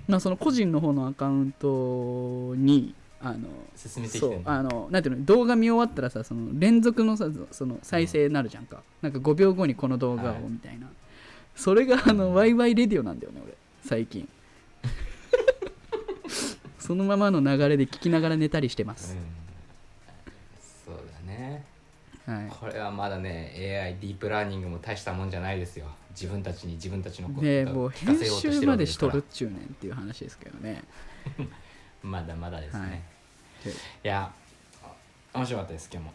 Speaker 2: まあ、その個人の方のアカウントにあの
Speaker 1: 進めてきて
Speaker 2: そ
Speaker 1: んの
Speaker 2: うあのなんていうの動画見終わったらさその連続のさその再生になるじゃんか、なんか5秒後にこの動画を
Speaker 1: はい
Speaker 2: みたいな、それがあのワイワイレディオなんだよね俺 最近そのままの流れで聞きながら寝たりしてます、
Speaker 1: そうだね
Speaker 2: はい
Speaker 1: これはまだね AI ディープラーニングも大したもんじゃないですよ自分たちに自分たちのことを
Speaker 2: でもう
Speaker 1: 聞か
Speaker 2: 編
Speaker 1: せようとし
Speaker 2: 集
Speaker 1: てる
Speaker 2: ま
Speaker 1: わけ
Speaker 2: で
Speaker 1: で
Speaker 2: し
Speaker 1: すか
Speaker 2: と
Speaker 1: ら
Speaker 2: るっちゅうねんっていう話ですけどね
Speaker 1: まだまだですね、
Speaker 2: はい
Speaker 1: い、
Speaker 2: で
Speaker 1: や面白かったです今日も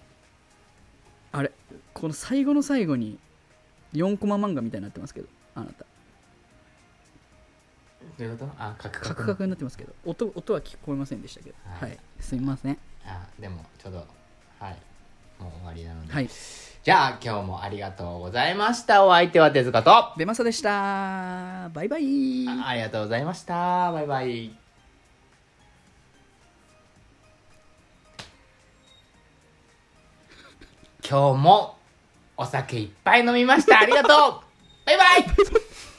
Speaker 2: あれこの最後の最後に4コマ漫画みたいになってますけどあなた
Speaker 1: どういうことあカク
Speaker 2: カクカクになってますけど音音は聞こえませんでしたけどは、
Speaker 1: はいい
Speaker 2: すみません
Speaker 1: あでもちょうどはいもう終わりなので、
Speaker 2: はい
Speaker 1: じゃあ今日もありがとうございましたお相手は手塚とあ
Speaker 2: ベマサでしたバイバイ
Speaker 1: ありがとうございましたバイバイ今日もお酒いっぱい飲みましたありがとうバイバイ